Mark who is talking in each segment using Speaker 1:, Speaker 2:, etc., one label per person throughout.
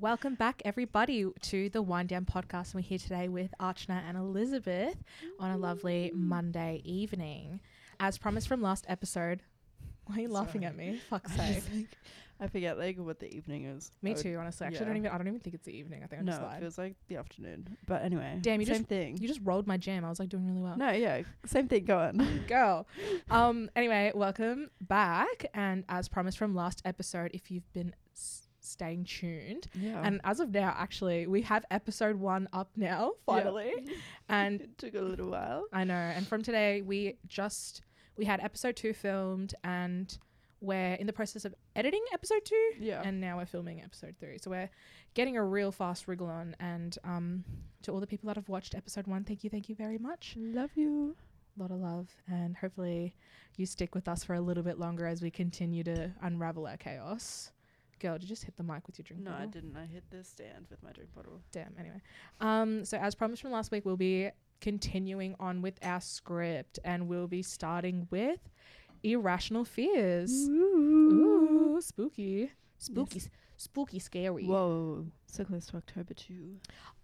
Speaker 1: Welcome back, everybody, to the Wind Down podcast. And we're here today with Archana and Elizabeth on a lovely Monday evening. As promised from last episode, why are you laughing at me? Fuck's
Speaker 2: I,
Speaker 1: sake.
Speaker 2: just, like, I forget like what the evening is. I
Speaker 1: Me
Speaker 2: would-
Speaker 1: too, honestly. Actually, I
Speaker 2: yeah.
Speaker 1: don't even. I don't even think it's the evening. I think I
Speaker 2: no,
Speaker 1: just
Speaker 2: it
Speaker 1: lied.
Speaker 2: feels like the afternoon. But anyway,
Speaker 1: Damn, you
Speaker 2: same
Speaker 1: just-
Speaker 2: thing.
Speaker 1: You just rolled my jam. I was like doing really well.
Speaker 2: no, yeah, same thing. Go on.
Speaker 1: Girl. Um. Anyway, welcome back. And as promised from last episode, if you've been s- staying tuned,
Speaker 2: Yeah,
Speaker 1: and as of now, actually, we have episode one up now finally. And
Speaker 2: it took a little while.
Speaker 1: I know. And from today, we just we had episode two filmed, and we're in the process of editing episode two,
Speaker 2: Yeah,
Speaker 1: and now we're filming episode three. So we're getting a real fast wriggle on. And um, to all the people that have watched episode one, thank you, thank you very much.
Speaker 2: love you.
Speaker 1: A lot of love, and hopefully, you stick with us for a little bit longer as we continue to unravel our chaos. Girl, did you just hit the mic with your drink?
Speaker 2: No, I
Speaker 1: bottle?
Speaker 2: didn't. I hit the stand with my drink bottle.
Speaker 1: Damn. Anyway, um, so as promised from last week, we'll be continuing on with our script, and we'll be starting with irrational fears. Ooh, spooky, spooky, spooky, scary.
Speaker 2: Whoa, so close to October too.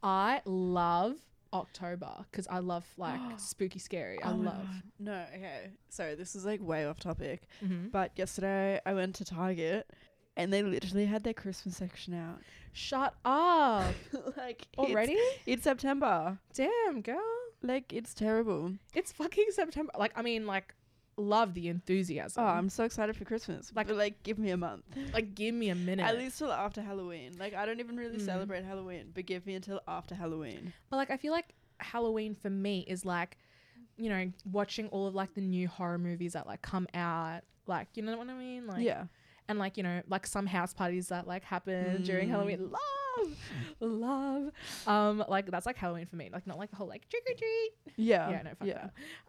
Speaker 1: I love October because I love like spooky, scary. I
Speaker 2: Oh my
Speaker 1: love.
Speaker 2: God. No, okay. Sorry, this is like way off topic.
Speaker 1: Mhm.
Speaker 2: But yesterday I went to Target and they literally had their Christmas section out.
Speaker 1: Shut up
Speaker 2: like it's-
Speaker 1: already.
Speaker 2: it's September.
Speaker 1: Damn, girl,
Speaker 2: Like it's terrible.
Speaker 1: it's fucking September. Like, I mean, like, love the enthusiasm.
Speaker 2: Oh, I'm so excited for Christmas.
Speaker 1: Like-
Speaker 2: Like, but like, give me a month.
Speaker 1: like, give me a minute.
Speaker 2: At least till after Halloween. Like, I don't even really
Speaker 1: Mm.
Speaker 2: celebrate Halloween, but give me until after Halloween.
Speaker 1: But like I feel like Halloween for me is like, you know, watching all of like the new horror movies that like come out. Like, you know what I mean? Like
Speaker 2: yeah.
Speaker 1: and like, you know, like some house parties that like happen during
Speaker 2: Mm.
Speaker 1: Halloween. Love. love. Um, like that's like Halloween for me. Like not like the whole like trick or treat.
Speaker 2: Yeah.
Speaker 1: Yeah, no, fuck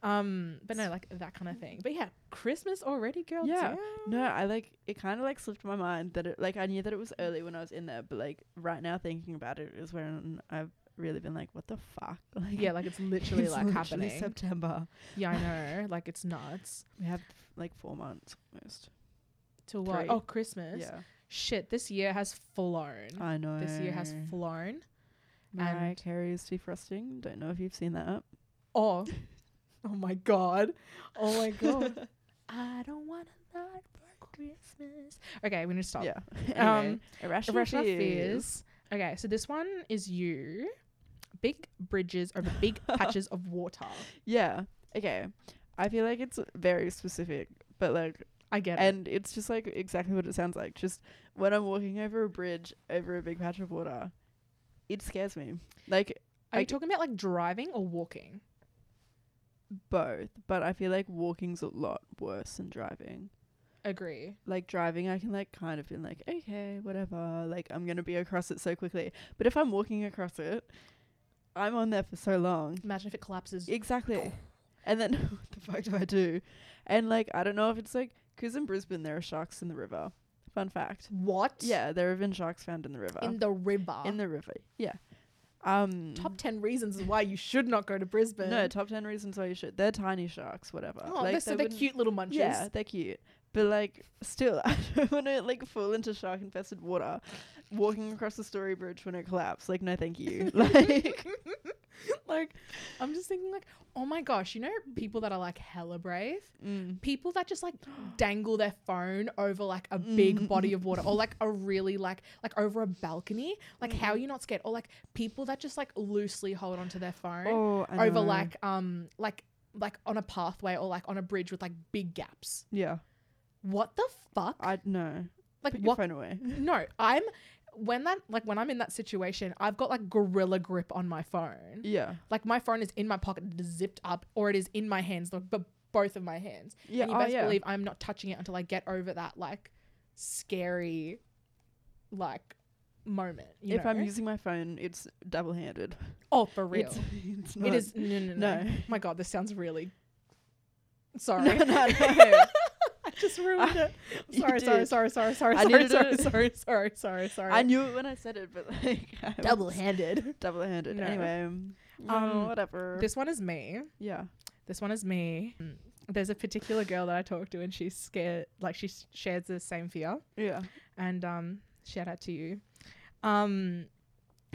Speaker 1: no. Um, but no, like that kind of thing. But yeah, Christmas already, girl.
Speaker 2: Yeah.
Speaker 1: damn.
Speaker 2: No, I like it kind of like slipped my mind that it, like, I knew that it was early when I was in there, but like, right now thinking about it is when I've really been like, what the fuck? Like,
Speaker 1: Yeah, like it's literally
Speaker 2: it's
Speaker 1: like
Speaker 2: literally
Speaker 1: happening.
Speaker 2: September.
Speaker 1: yeah, I know. Like it's nuts.
Speaker 2: We have like four months almost.
Speaker 1: To what?
Speaker 2: Three.
Speaker 1: Oh, Christmas.
Speaker 2: Yeah.
Speaker 1: Shit, this year has flown.
Speaker 2: I know.
Speaker 1: this year has flown.
Speaker 2: Mariah
Speaker 1: and-
Speaker 2: Carey's defrosting. Don't know if you've seen that up.
Speaker 1: Oh, oh my god, oh my god. I don't want a lot for Christmas. Okay, we need to stop.
Speaker 2: Yeah.
Speaker 1: Um,
Speaker 2: irrational,
Speaker 1: Irrational fears. Okay, so this one is you. Big bridges over big patches of water.
Speaker 2: Yeah. Okay. I feel like it's very specific, but like,
Speaker 1: I get it.
Speaker 2: and it's just like exactly what it sounds like. Just when I'm walking over a bridge over a big patch of water, it scares me. Like
Speaker 1: Are
Speaker 2: I
Speaker 1: you
Speaker 2: g-
Speaker 1: talking about like driving or walking?
Speaker 2: both, but I feel like walking's a lot worse than driving.
Speaker 1: Agree.
Speaker 2: Like driving, I can like kind of be like, okay, whatever. Like I'm gonna be across it so quickly. But if I'm walking across it, I'm on there for so long.
Speaker 1: Imagine if it collapses.
Speaker 2: Exactly. And then what the fuck do I do? And like I don't know if it's like 'cause in Brisbane there are sharks in the river. Fun fact.
Speaker 1: what?
Speaker 2: Yeah, there have been sharks found in the river.
Speaker 1: In the river.
Speaker 2: In the river. Yeah. Um
Speaker 1: top ten reasons why you should not go to Brisbane.
Speaker 2: No, top 10 reasons why you should. They're tiny sharks, whatever.
Speaker 1: oh, they're, so
Speaker 2: they
Speaker 1: they're
Speaker 2: wouldn't-
Speaker 1: cute little munches.
Speaker 2: Yeah, they're cute. But like still I don't want to like fall into shark infested water walking across the story bridge when it collapsed. Like no thank you. like
Speaker 1: like i'm just thinking like oh my gosh you know people that are like hella brave
Speaker 2: mm,
Speaker 1: people that just like dangle their phone over like a
Speaker 2: Mm.
Speaker 1: big body of water or like a really like like over a balcony like how are
Speaker 2: Mm-hmm.
Speaker 1: you not scared or like people that just like loosely hold onto their phone
Speaker 2: oh, I
Speaker 1: over
Speaker 2: know.
Speaker 1: like um like like on a pathway or like on a bridge with like big gaps
Speaker 2: Yeah.
Speaker 1: what the fuck
Speaker 2: I no.
Speaker 1: like
Speaker 2: Put your
Speaker 1: what
Speaker 2: phone away.
Speaker 1: no i'm when that like when i'm in that situation i've got like gorilla grip on my phone
Speaker 2: Yeah.
Speaker 1: like my phone is in my pocket, it is zipped up, or it is in my hands, like, but both of my hands.
Speaker 2: Yeah.
Speaker 1: and you
Speaker 2: oh,
Speaker 1: best
Speaker 2: yeah.
Speaker 1: believe I'm not touching it until I get over that like scary, like moment. You
Speaker 2: if
Speaker 1: know?
Speaker 2: I'm using my phone, it's double handed.
Speaker 1: oh for real,
Speaker 2: It's, it's
Speaker 1: it
Speaker 2: not.
Speaker 1: is no no no.
Speaker 2: no.
Speaker 1: My God, this sounds really. Sorry,
Speaker 2: No, no, no. Ah,
Speaker 1: I just ruined it.
Speaker 2: you
Speaker 1: Sorry, sorry,
Speaker 2: did.
Speaker 1: sorry, sorry, sorry,
Speaker 2: I
Speaker 1: sorry,
Speaker 2: needed
Speaker 1: sorry,
Speaker 2: to-
Speaker 1: sorry, sorry, sorry, sorry.
Speaker 2: I knew it when I said it, but like.
Speaker 1: handed.
Speaker 2: Double handed.
Speaker 1: No.
Speaker 2: Anyway. Um, oh, whatever.
Speaker 1: This one is me.
Speaker 2: yeah.
Speaker 1: This one is me. There's a particular girl that I talk to, and she's scared. Like she s- shares the same fear.
Speaker 2: Yeah.
Speaker 1: and um, shout out to you. Um,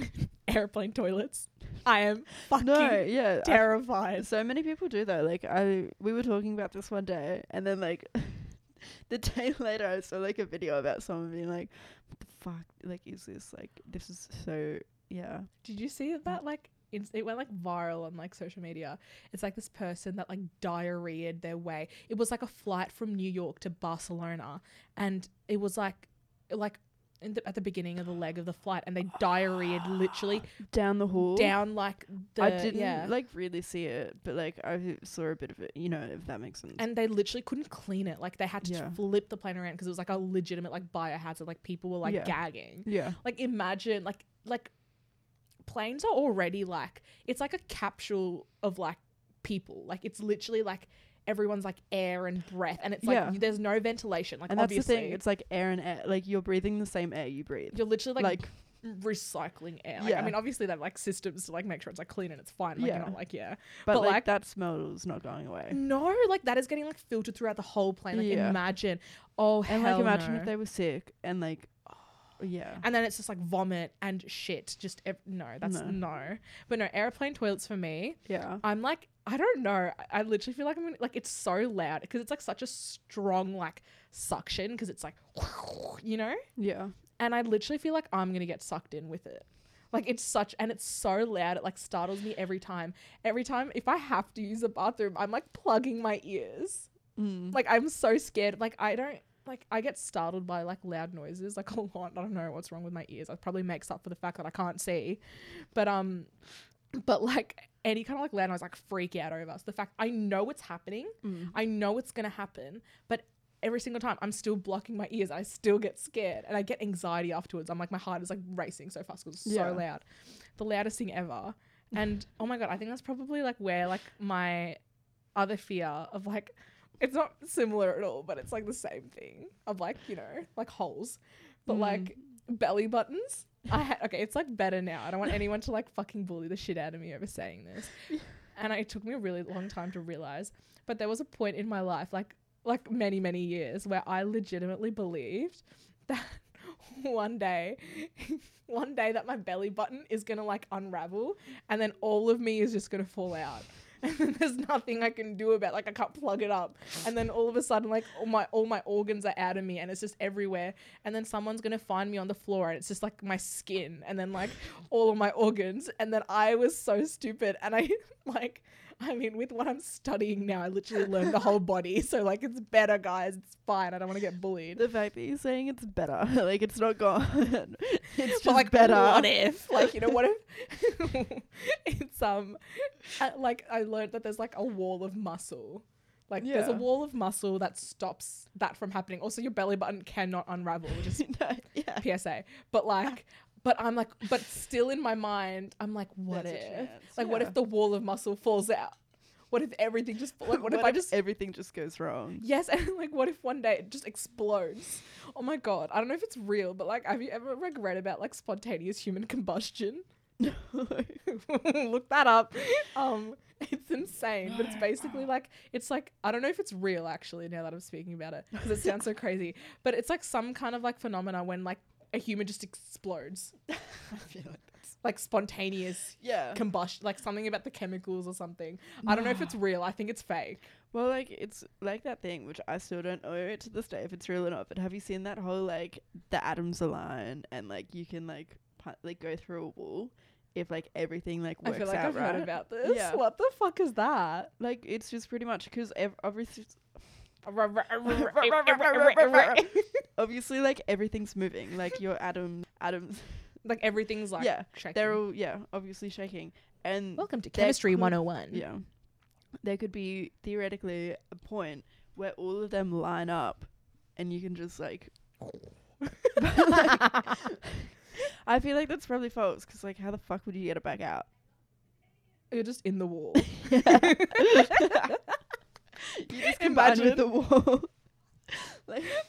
Speaker 1: airplane toilets. I am fucking
Speaker 2: No, yeah. I-
Speaker 1: terrified.
Speaker 2: so many people do though. Like I, we were talking about this one day, and then like the day later, I saw like a video about someone being like, "What the fuck? Like, is this like this is so yeah."
Speaker 1: Did you see that? Like, ins- it went like viral on like social media. It's like this person that like diarrheaed their way. It was like a flight from New York to Barcelona, and it was like, like. In the, at the beginning of the leg of the flight, and they diarrheaed literally
Speaker 2: Down the hall.
Speaker 1: down like the
Speaker 2: I didn't
Speaker 1: yeah,
Speaker 2: like really see it, but like I saw a bit of it. You know, if that makes sense.
Speaker 1: and they literally couldn't clean it. Like they had to
Speaker 2: Yeah.
Speaker 1: just flip the plane around because it was like a legitimate like biohazard. Like people were like
Speaker 2: Yeah.
Speaker 1: gagging.
Speaker 2: yeah.
Speaker 1: like imagine like like planes are already like it's like a capsule of like people like it's literally like everyone's like air and breath and it's like
Speaker 2: Yeah.
Speaker 1: you- there's no ventilation like
Speaker 2: and that's the
Speaker 1: obviously
Speaker 2: thing. It's like air and air. Like you're breathing the same air you breathe.
Speaker 1: you're literally like,
Speaker 2: Like,
Speaker 1: recycling air like, i
Speaker 2: Yeah.
Speaker 1: mean obviously they have like systems to like make sure it's like clean and it's fine like
Speaker 2: Yeah.
Speaker 1: you're not like yeah
Speaker 2: but,
Speaker 1: but,
Speaker 2: like,
Speaker 1: like-
Speaker 2: that smell is not going away.
Speaker 1: no like that is getting like filtered throughout the whole plane like
Speaker 2: Yeah.
Speaker 1: imagine oh
Speaker 2: And
Speaker 1: hell
Speaker 2: like imagine
Speaker 1: no.
Speaker 2: if they were sick and like, yeah.
Speaker 1: And then it's just like vomit and shit. Just ev- no, that's
Speaker 2: No.
Speaker 1: no. But no, airplane toilets for me.
Speaker 2: Yeah.
Speaker 1: I'm like, I don't know. I- I literally feel like I'm gonna, like it's so loud because it's like such a strong like suction because it's like, you know.
Speaker 2: Yeah.
Speaker 1: And I literally feel like I'm gonna get sucked in with it. Like it's such and it's so loud. It like startles me every time. Every time if I have to use a bathroom, I'm like plugging my ears.
Speaker 2: Mm.
Speaker 1: Like I'm so scared. Like I don't like I get startled by like loud noises like a lot. I don't know what's wrong with my ears. That probably makes up for the fact that I can't see. But um but like any kind of like loud noise like freak out over us. The fact I know it's happening.
Speaker 2: Mm.
Speaker 1: I know it's gonna happen, but every single time I'm still blocking my ears. I still get scared and I get anxiety afterwards. I'm like my heart is like racing so fast because it's
Speaker 2: Yeah.
Speaker 1: so loud. The loudest thing ever. And oh my god, I think that's probably like where like my other fear of like it's not similar at all, but it's like the same thing of like, you know, like holes. But
Speaker 2: Mm.
Speaker 1: like belly buttons. I had okay, it's like better now. I don't want anyone to like fucking bully the shit out of me over saying this. And it took me a really long time to realize, but there was a point in my life, like like many many years, where I legitimately believed that one day, one day that my belly button is gonna like unravel, and then all of me is just gonna fall out. And then there's nothing I can do about like I can't plug it up. And then all of a sudden like all my all my organs are out of me and it's just everywhere and then someone's gonna find me on the floor and it's just like my skin and then like all of my organs and then i was so stupid and i like i mean with what i'm studying now i literally learned the whole body so like it's better guys it's fine i don't want to get bullied
Speaker 2: The fact that you're saying it's better, like it's not gone. it's just
Speaker 1: but like
Speaker 2: better.
Speaker 1: what if like you know what if it's um uh, like i learned that there's like a wall of muscle like there's a
Speaker 2: Yeah.
Speaker 1: wall of muscle that stops that from happening also your belly button cannot unravel which is
Speaker 2: No, yeah.
Speaker 1: PSA. But like, but I'm like, but still in my mind, I'm like, what
Speaker 2: There's a
Speaker 1: if?
Speaker 2: chance,
Speaker 1: Like, what
Speaker 2: yeah.
Speaker 1: if the wall of muscle falls out? What if everything just like? What, if, I just
Speaker 2: everything just goes wrong?
Speaker 1: yes? And like, what if one day it just explodes? Oh my god! I don't know if it's real, but like, have you ever like read about like spontaneous human combustion? Look that up. Um, it's insane, but it's basically like it's like I don't know if it's real actually now that I'm speaking about it because it sounds so crazy, but it's like some kind of like phenomena when like a human just explodes
Speaker 2: I feel like that's
Speaker 1: like spontaneous
Speaker 2: yeah.
Speaker 1: combustion, like something about the chemicals or something. I don't know if it's real. I think it's fake.
Speaker 2: Well, like it's like that thing which I still don't know it to this day if it's real or not. But have you seen that whole like the atoms align and like you can like pu- like go through a wall if like everything like
Speaker 1: I
Speaker 2: works
Speaker 1: feel like
Speaker 2: out
Speaker 1: I've
Speaker 2: right?
Speaker 1: heard about this.
Speaker 2: Yeah.
Speaker 1: What the fuck is that?
Speaker 2: like it's just pretty much because ev- obviously
Speaker 1: like
Speaker 2: obviously like everything's moving like your atom atoms
Speaker 1: everything's like
Speaker 2: Yeah,
Speaker 1: shaking.
Speaker 2: they're all yeah obviously shaking and
Speaker 1: Welcome to
Speaker 2: they're
Speaker 1: Chemistry
Speaker 2: cool-
Speaker 1: 101.
Speaker 2: yeah there could be theoretically a point where all of them line up and you can just like i feel like that's probably false because like how the fuck would you get it back out
Speaker 1: You're just in the wall.
Speaker 2: you just combine with
Speaker 1: Imagine.
Speaker 2: the wall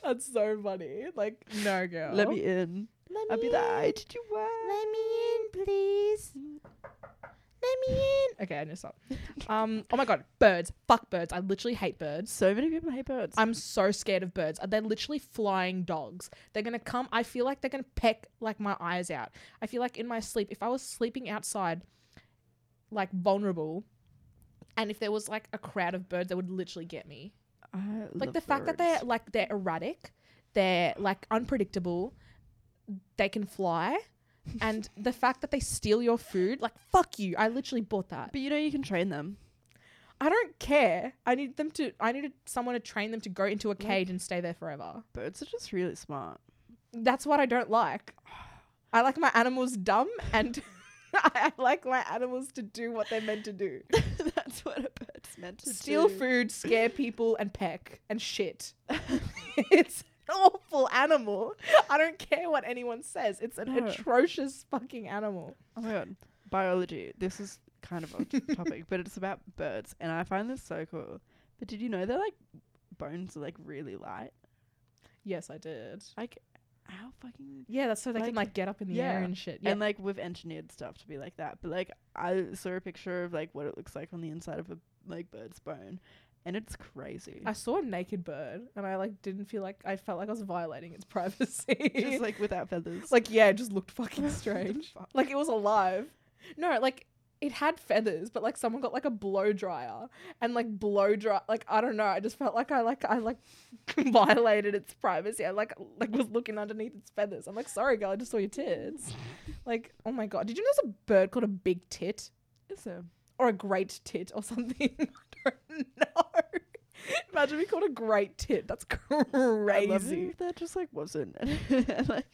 Speaker 1: That's so funny. Like, no, girl.
Speaker 2: let me in
Speaker 3: Let
Speaker 2: i'll be
Speaker 3: me
Speaker 2: the
Speaker 3: in.
Speaker 2: i did you want
Speaker 3: Let me in, please. Let me in.
Speaker 1: Okay, I need to stop. Um, oh my god, birds. Fuck birds. I literally hate birds.
Speaker 2: So many people hate birds.
Speaker 1: I'm so scared of birds. They're literally flying dogs. They're gonna come. I feel like they're gonna peck like my eyes out. I feel like in my sleep, if I was sleeping outside, like vulnerable, and if there was like a crowd of birds, they would literally get me.
Speaker 2: I
Speaker 1: Like
Speaker 2: love
Speaker 1: the fact that
Speaker 2: birds.
Speaker 1: they're like they're erratic, they're like unpredictable, they can fly, and the fact that they steal your food, like fuck you. I literally bought that.
Speaker 2: But you know you can train them.
Speaker 1: I don't care. I need them to. I needed someone to train them to go into a cage and stay there forever.
Speaker 2: Birds are just really smart.
Speaker 1: That's what I don't like. I like my animals dumb and I like my animals to do what they're meant to do.
Speaker 2: That's what a bird's meant to
Speaker 1: Steal
Speaker 2: do.
Speaker 1: food, scare people, and peck and shit. it's an awful animal. I don't care what anyone says. It's an
Speaker 2: No.
Speaker 1: atrocious fucking animal.
Speaker 2: Oh my god. Biology. This is kind of a topic, but it's about birds and I find this so cool. But did you know their like bones are like really light?
Speaker 1: Yes, I did.
Speaker 2: Like how fucking
Speaker 1: Yeah, that's so they can
Speaker 2: Like-
Speaker 1: like get up in the air
Speaker 2: yeah.
Speaker 1: and shit. Yeah.
Speaker 2: And like we've engineered stuff to be like that. But like I saw a picture of like what it looks like on the inside of a like bird's bone and it's crazy.
Speaker 1: I saw a naked bird and I like didn't feel like I felt like I was violating its privacy.
Speaker 2: Just like without feathers.
Speaker 1: It's like yeah, it just looked fucking
Speaker 2: What the
Speaker 1: strange.
Speaker 2: fuck?
Speaker 1: like it was alive. No, like it had feathers, but like someone got like a blow dryer and like blow dry. Like I don't know. I just felt like I like I like violated its privacy. I like like was looking underneath its feathers. I'm like sorry, girl. I just saw your tits. Like oh my god, did you know there's a bird called a big tit
Speaker 2: Is there?
Speaker 1: or a great tit or something? I don't know. Imagine we called a great tit. That's
Speaker 2: I love it
Speaker 1: crazy.
Speaker 2: if that just like wasn't and, like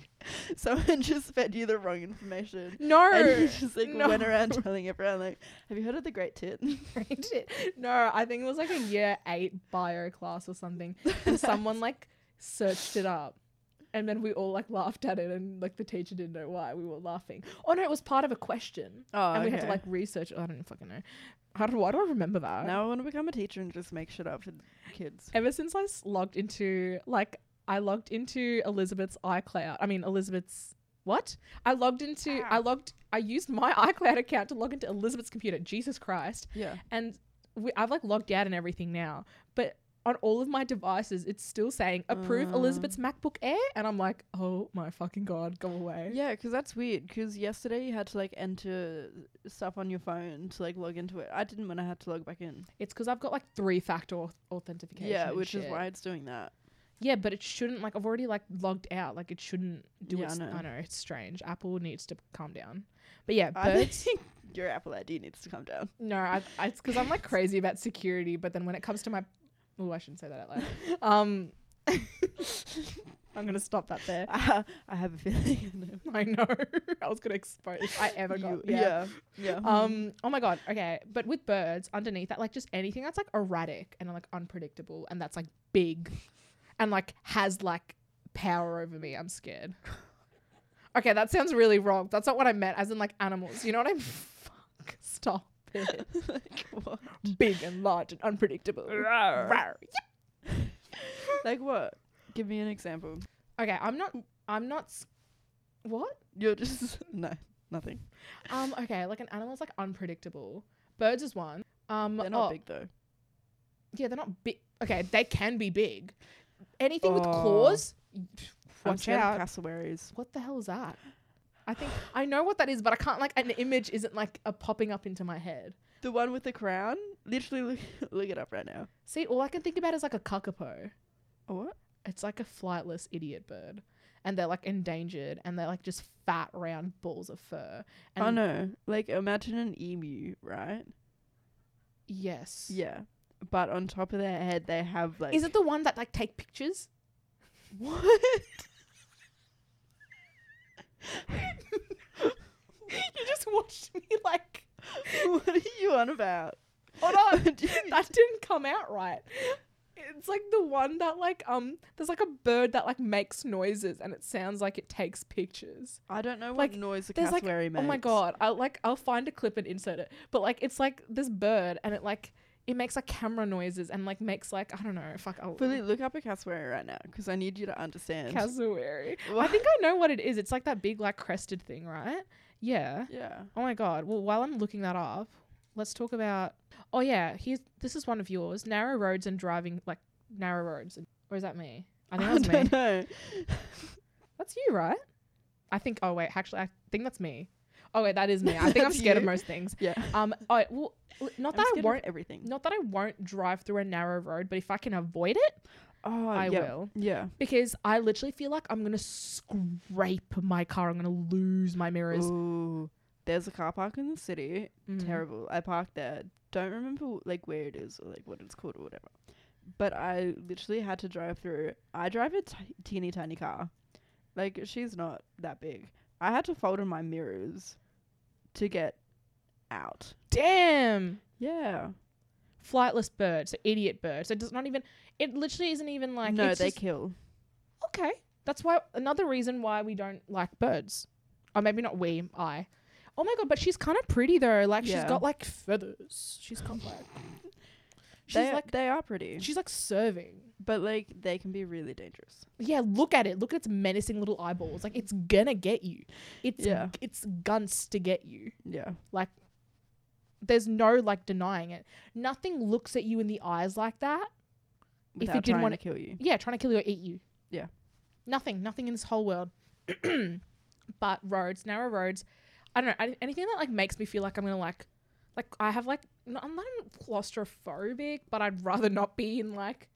Speaker 2: someone just fed you the wrong information. And
Speaker 1: No.
Speaker 2: he just like
Speaker 1: no.
Speaker 2: went around telling everyone like, "Have you heard of the Great Tit?"
Speaker 1: I did- No, I think it was like a year eight bio class or something. And someone like searched it up. And then we all like laughed at it and like the teacher didn't know why we were laughing. Oh no, it was part of a question.
Speaker 2: Oh,
Speaker 1: and we had to like research it. I don't fucking know. How do, why do I remember that?
Speaker 2: Now I want to become a teacher and just make shit up for kids.
Speaker 1: Ever since I s- logged into like I logged into Elizabeth's iCloud. I mean Elizabeth's what? I logged into I
Speaker 2: Ah.
Speaker 1: logged I used my iCloud account to log into Elizabeth's computer. Jesus Christ.
Speaker 2: Yeah.
Speaker 1: and we, I've like logged out and everything now, but on all of my devices, it's still saying approve
Speaker 2: Uh.
Speaker 1: Elizabeth's MacBook Air, and I'm like, oh my fucking god, go away.
Speaker 2: Yeah, 'cause that's weird. 'Cause yesterday you had to like enter stuff on your phone to like log into it. I didn't when I had to log back in.
Speaker 1: It's because I've got like three factor auth- authentication.
Speaker 2: Yeah,
Speaker 1: and
Speaker 2: which is
Speaker 1: shit.
Speaker 2: why it's doing that.
Speaker 1: Yeah, but it shouldn't like I've already like logged out. Like it shouldn't do
Speaker 2: Yeah,
Speaker 1: its.
Speaker 2: I
Speaker 1: I
Speaker 2: know.
Speaker 1: know. it's strange. Apple needs to calm down. But yeah,
Speaker 2: I
Speaker 1: birds.
Speaker 2: think your Apple ID needs to come down.
Speaker 1: no, I, I, it's because I'm like crazy about security, but then when it comes to my, oh, I shouldn't say that out loud. Um, I'm gonna stop that there.
Speaker 2: I have a feeling. I know.
Speaker 1: I know. I was gonna expose if I ever got
Speaker 2: You-
Speaker 1: yeah.
Speaker 2: yeah. Yeah.
Speaker 1: Um. Oh my god. Okay. But with birds, underneath that, like just anything that's like erratic and like unpredictable, and that's like big, and like has like power over me, I'm scared. Okay, that sounds really wrong. That's not what I meant. As in like animals. You know what I'm. Fuck. Stop it.
Speaker 2: like what?
Speaker 1: big and large and unpredictable. Rawr.
Speaker 2: like what? Give me an example.
Speaker 1: Okay. I'm not. I'm not. s- What?
Speaker 2: You're just no nothing.
Speaker 1: Um, okay, like an animal's like unpredictable. Birds is one. Um,
Speaker 2: They're not
Speaker 1: oh,
Speaker 2: big though.
Speaker 1: Yeah, they're not big. Okay, they can be big. Anything with
Speaker 2: Oh.
Speaker 1: claws,
Speaker 2: I'm
Speaker 1: watch
Speaker 2: scared of
Speaker 1: out.
Speaker 2: Cassowaries.
Speaker 1: What the hell is that? I think I know what that is, but I can't like an image isn't like a popping up into my head.
Speaker 2: The one with the crown. Literally, look, look it up right now.
Speaker 1: See, all I can think about is like a kakapo.
Speaker 2: Oh, what?
Speaker 1: It's like a flightless idiot bird, and they're like endangered, and they're like just fat round balls of fur. And
Speaker 2: oh no! Like imagine an emu, right?
Speaker 1: Yes.
Speaker 2: Yeah, but on top of their head they have like.
Speaker 1: Is it the one that like take pictures?
Speaker 2: what?
Speaker 1: you just watched me like
Speaker 2: what are you on about?
Speaker 1: Hold on.
Speaker 2: Do you-
Speaker 1: that didn't come out right. It's like the one that like um there's like a bird that like makes noises and it sounds like it takes pictures.
Speaker 2: I don't know what
Speaker 1: Like,
Speaker 2: noise a
Speaker 1: there's, like-
Speaker 2: cassowary makes.
Speaker 1: Oh my god. I like I'll find a clip and insert it. But like it's like this bird and it like it makes like camera noises and like makes like I don't know, fuck I'll
Speaker 2: Fully look up a cassowary right now because I need you to understand.
Speaker 1: cassowary. I
Speaker 2: What?
Speaker 1: think I know what it is. It's like that big like crested thing, right? Yeah.
Speaker 2: yeah.
Speaker 1: Oh my god. Well while I'm looking that up, Let's talk about. Oh yeah, here's this is one of yours. Narrow roads and driving like narrow roads, or is that me? I think that's me.
Speaker 2: don't know.
Speaker 1: That's you, right? I think. Oh wait, actually, I think that's me. Oh wait, that is me. I think I'm
Speaker 2: That's
Speaker 1: scared of
Speaker 2: you.
Speaker 1: most things.
Speaker 2: Yeah.
Speaker 1: Um. Oh well, not that
Speaker 2: I'm
Speaker 1: I
Speaker 2: scared of
Speaker 1: won't.
Speaker 2: everything.
Speaker 1: Not that I won't drive through a narrow road, but if I can avoid it,
Speaker 2: Oh,
Speaker 1: I
Speaker 2: yeah.
Speaker 1: will.
Speaker 2: Yeah.
Speaker 1: Because I literally feel like I'm gonna scrape my car. I'm gonna lose my mirrors.
Speaker 2: Ooh, there's a car park in the city.
Speaker 1: Mm.
Speaker 2: Terrible. I parked there. Don't remember wh- like where it is or like what it's called or whatever. But I literally had to drive through. I drive a t- teeny tiny car. Like she's not that big. I had to fold in my mirrors to get out.
Speaker 1: Damn.
Speaker 2: Yeah.
Speaker 1: flightless bird, so idiot bird. So it does not even. It literally isn't even like.
Speaker 2: no,
Speaker 1: it's
Speaker 2: they
Speaker 1: just-
Speaker 2: kill.
Speaker 1: okay. That's why another reason why we don't like birds, or maybe not we. I. Oh my god! But she's kind of pretty though. Like she's
Speaker 2: Yeah.
Speaker 1: got like feathers. She's got like. She's
Speaker 2: They
Speaker 1: like
Speaker 2: they are pretty,
Speaker 1: she's like serving.
Speaker 2: but like they can be really dangerous.
Speaker 1: Yeah, look at it. Look at its menacing little eyeballs. Like it's gonna get you. It's
Speaker 2: Yeah.
Speaker 1: it's guns to get you.
Speaker 2: Yeah.
Speaker 1: There's no like denying it. Nothing looks at you in the eyes like that. it
Speaker 2: Without
Speaker 1: didn't
Speaker 2: trying
Speaker 1: wanna-
Speaker 2: to kill you.
Speaker 1: Yeah, trying to kill you or eat you.
Speaker 2: Yeah.
Speaker 1: Nothing, nothing in this whole world. but roads, narrow roads. I don't know. I, anything that like makes me feel like I'm gonna like, like I have like no, I'm not claustrophobic, but I'd rather not be in like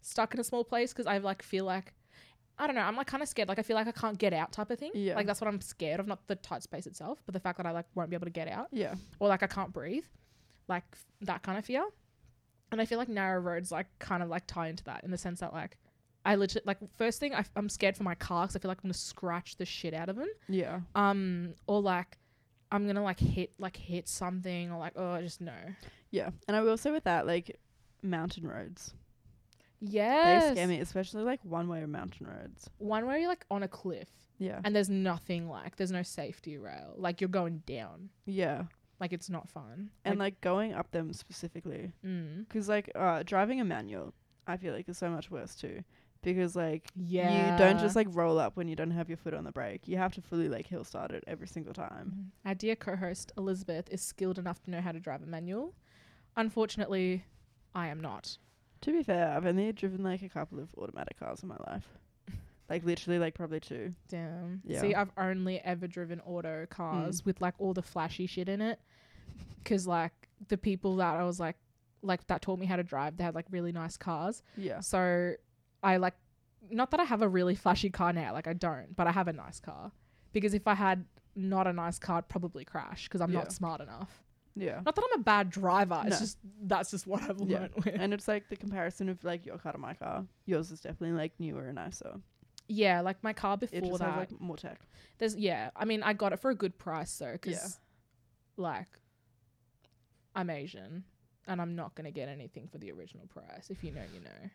Speaker 1: stuck in a small place because I like feel like I don't know. I'm like kind of scared. Like I feel like I can't get out type of thing.
Speaker 2: Yeah.
Speaker 1: Like that's what I'm scared of. Not the tight space itself, but the fact that I like won't be able to get out
Speaker 2: Yeah.
Speaker 1: or like I can't breathe, like f- that kind of fear. And I feel like narrow roads like kind of like tie into that in the sense that like I legit like first thing I, am scared for my car because I feel like I'm gonna scratch the shit out of them.
Speaker 2: Yeah.
Speaker 1: Um, or like I'm gonna like hit like hit something or like oh I just no.
Speaker 2: Yeah. And I will say with that, like mountain roads.
Speaker 1: Yes,
Speaker 2: They scare me, especially like one way mountain roads.
Speaker 1: one where you're like on a cliff
Speaker 2: Yeah.
Speaker 1: and there's nothing like there's no safety rail. Like you're going down.
Speaker 2: Yeah.
Speaker 1: Like it's not fun.
Speaker 2: And like going up them specifically.
Speaker 1: mm,
Speaker 2: 'Cause like uh, driving a manual, I feel like is so much worse too. Because like
Speaker 1: yeah,
Speaker 2: you don't just like roll up when you don't have your foot on the brake. You have to fully like heel start it every single time.
Speaker 1: Mhm. Our dear co host, Elizabeth, is skilled enough to know how to drive a manual. Unfortunately, I am not.
Speaker 2: To be fair, I've only driven like a couple of automatic cars in my life. Like literally like probably two.
Speaker 1: Damn.
Speaker 2: Yeah. Mm.
Speaker 1: See, I've only ever driven auto cars with like all the flashy shit in it. Cause like the people that I was like, like that taught me how to drive, they had like really nice cars.
Speaker 2: Yeah.
Speaker 1: So I like, not that I have a really flashy car now, like I don't, but I have a nice car. Because if I had not a nice car, I'd probably crash because I'm
Speaker 2: Yeah.
Speaker 1: not smart enough.
Speaker 2: Yeah.
Speaker 1: Not that I'm a bad driver. It's
Speaker 2: No.
Speaker 1: just, that's just what I've
Speaker 2: Yeah.
Speaker 1: learned with.
Speaker 2: and it's like the comparison of like your car to my car. Yours is definitely like newer and nicer.
Speaker 1: Yeah, like my car
Speaker 2: It
Speaker 1: before
Speaker 2: just
Speaker 1: that.
Speaker 2: has like more tech.
Speaker 1: there's yeah. I mean, I got it for a good price though, because
Speaker 2: Yeah.
Speaker 1: like I'm Asian and I'm not gonna get anything for the original price. If you know, you know.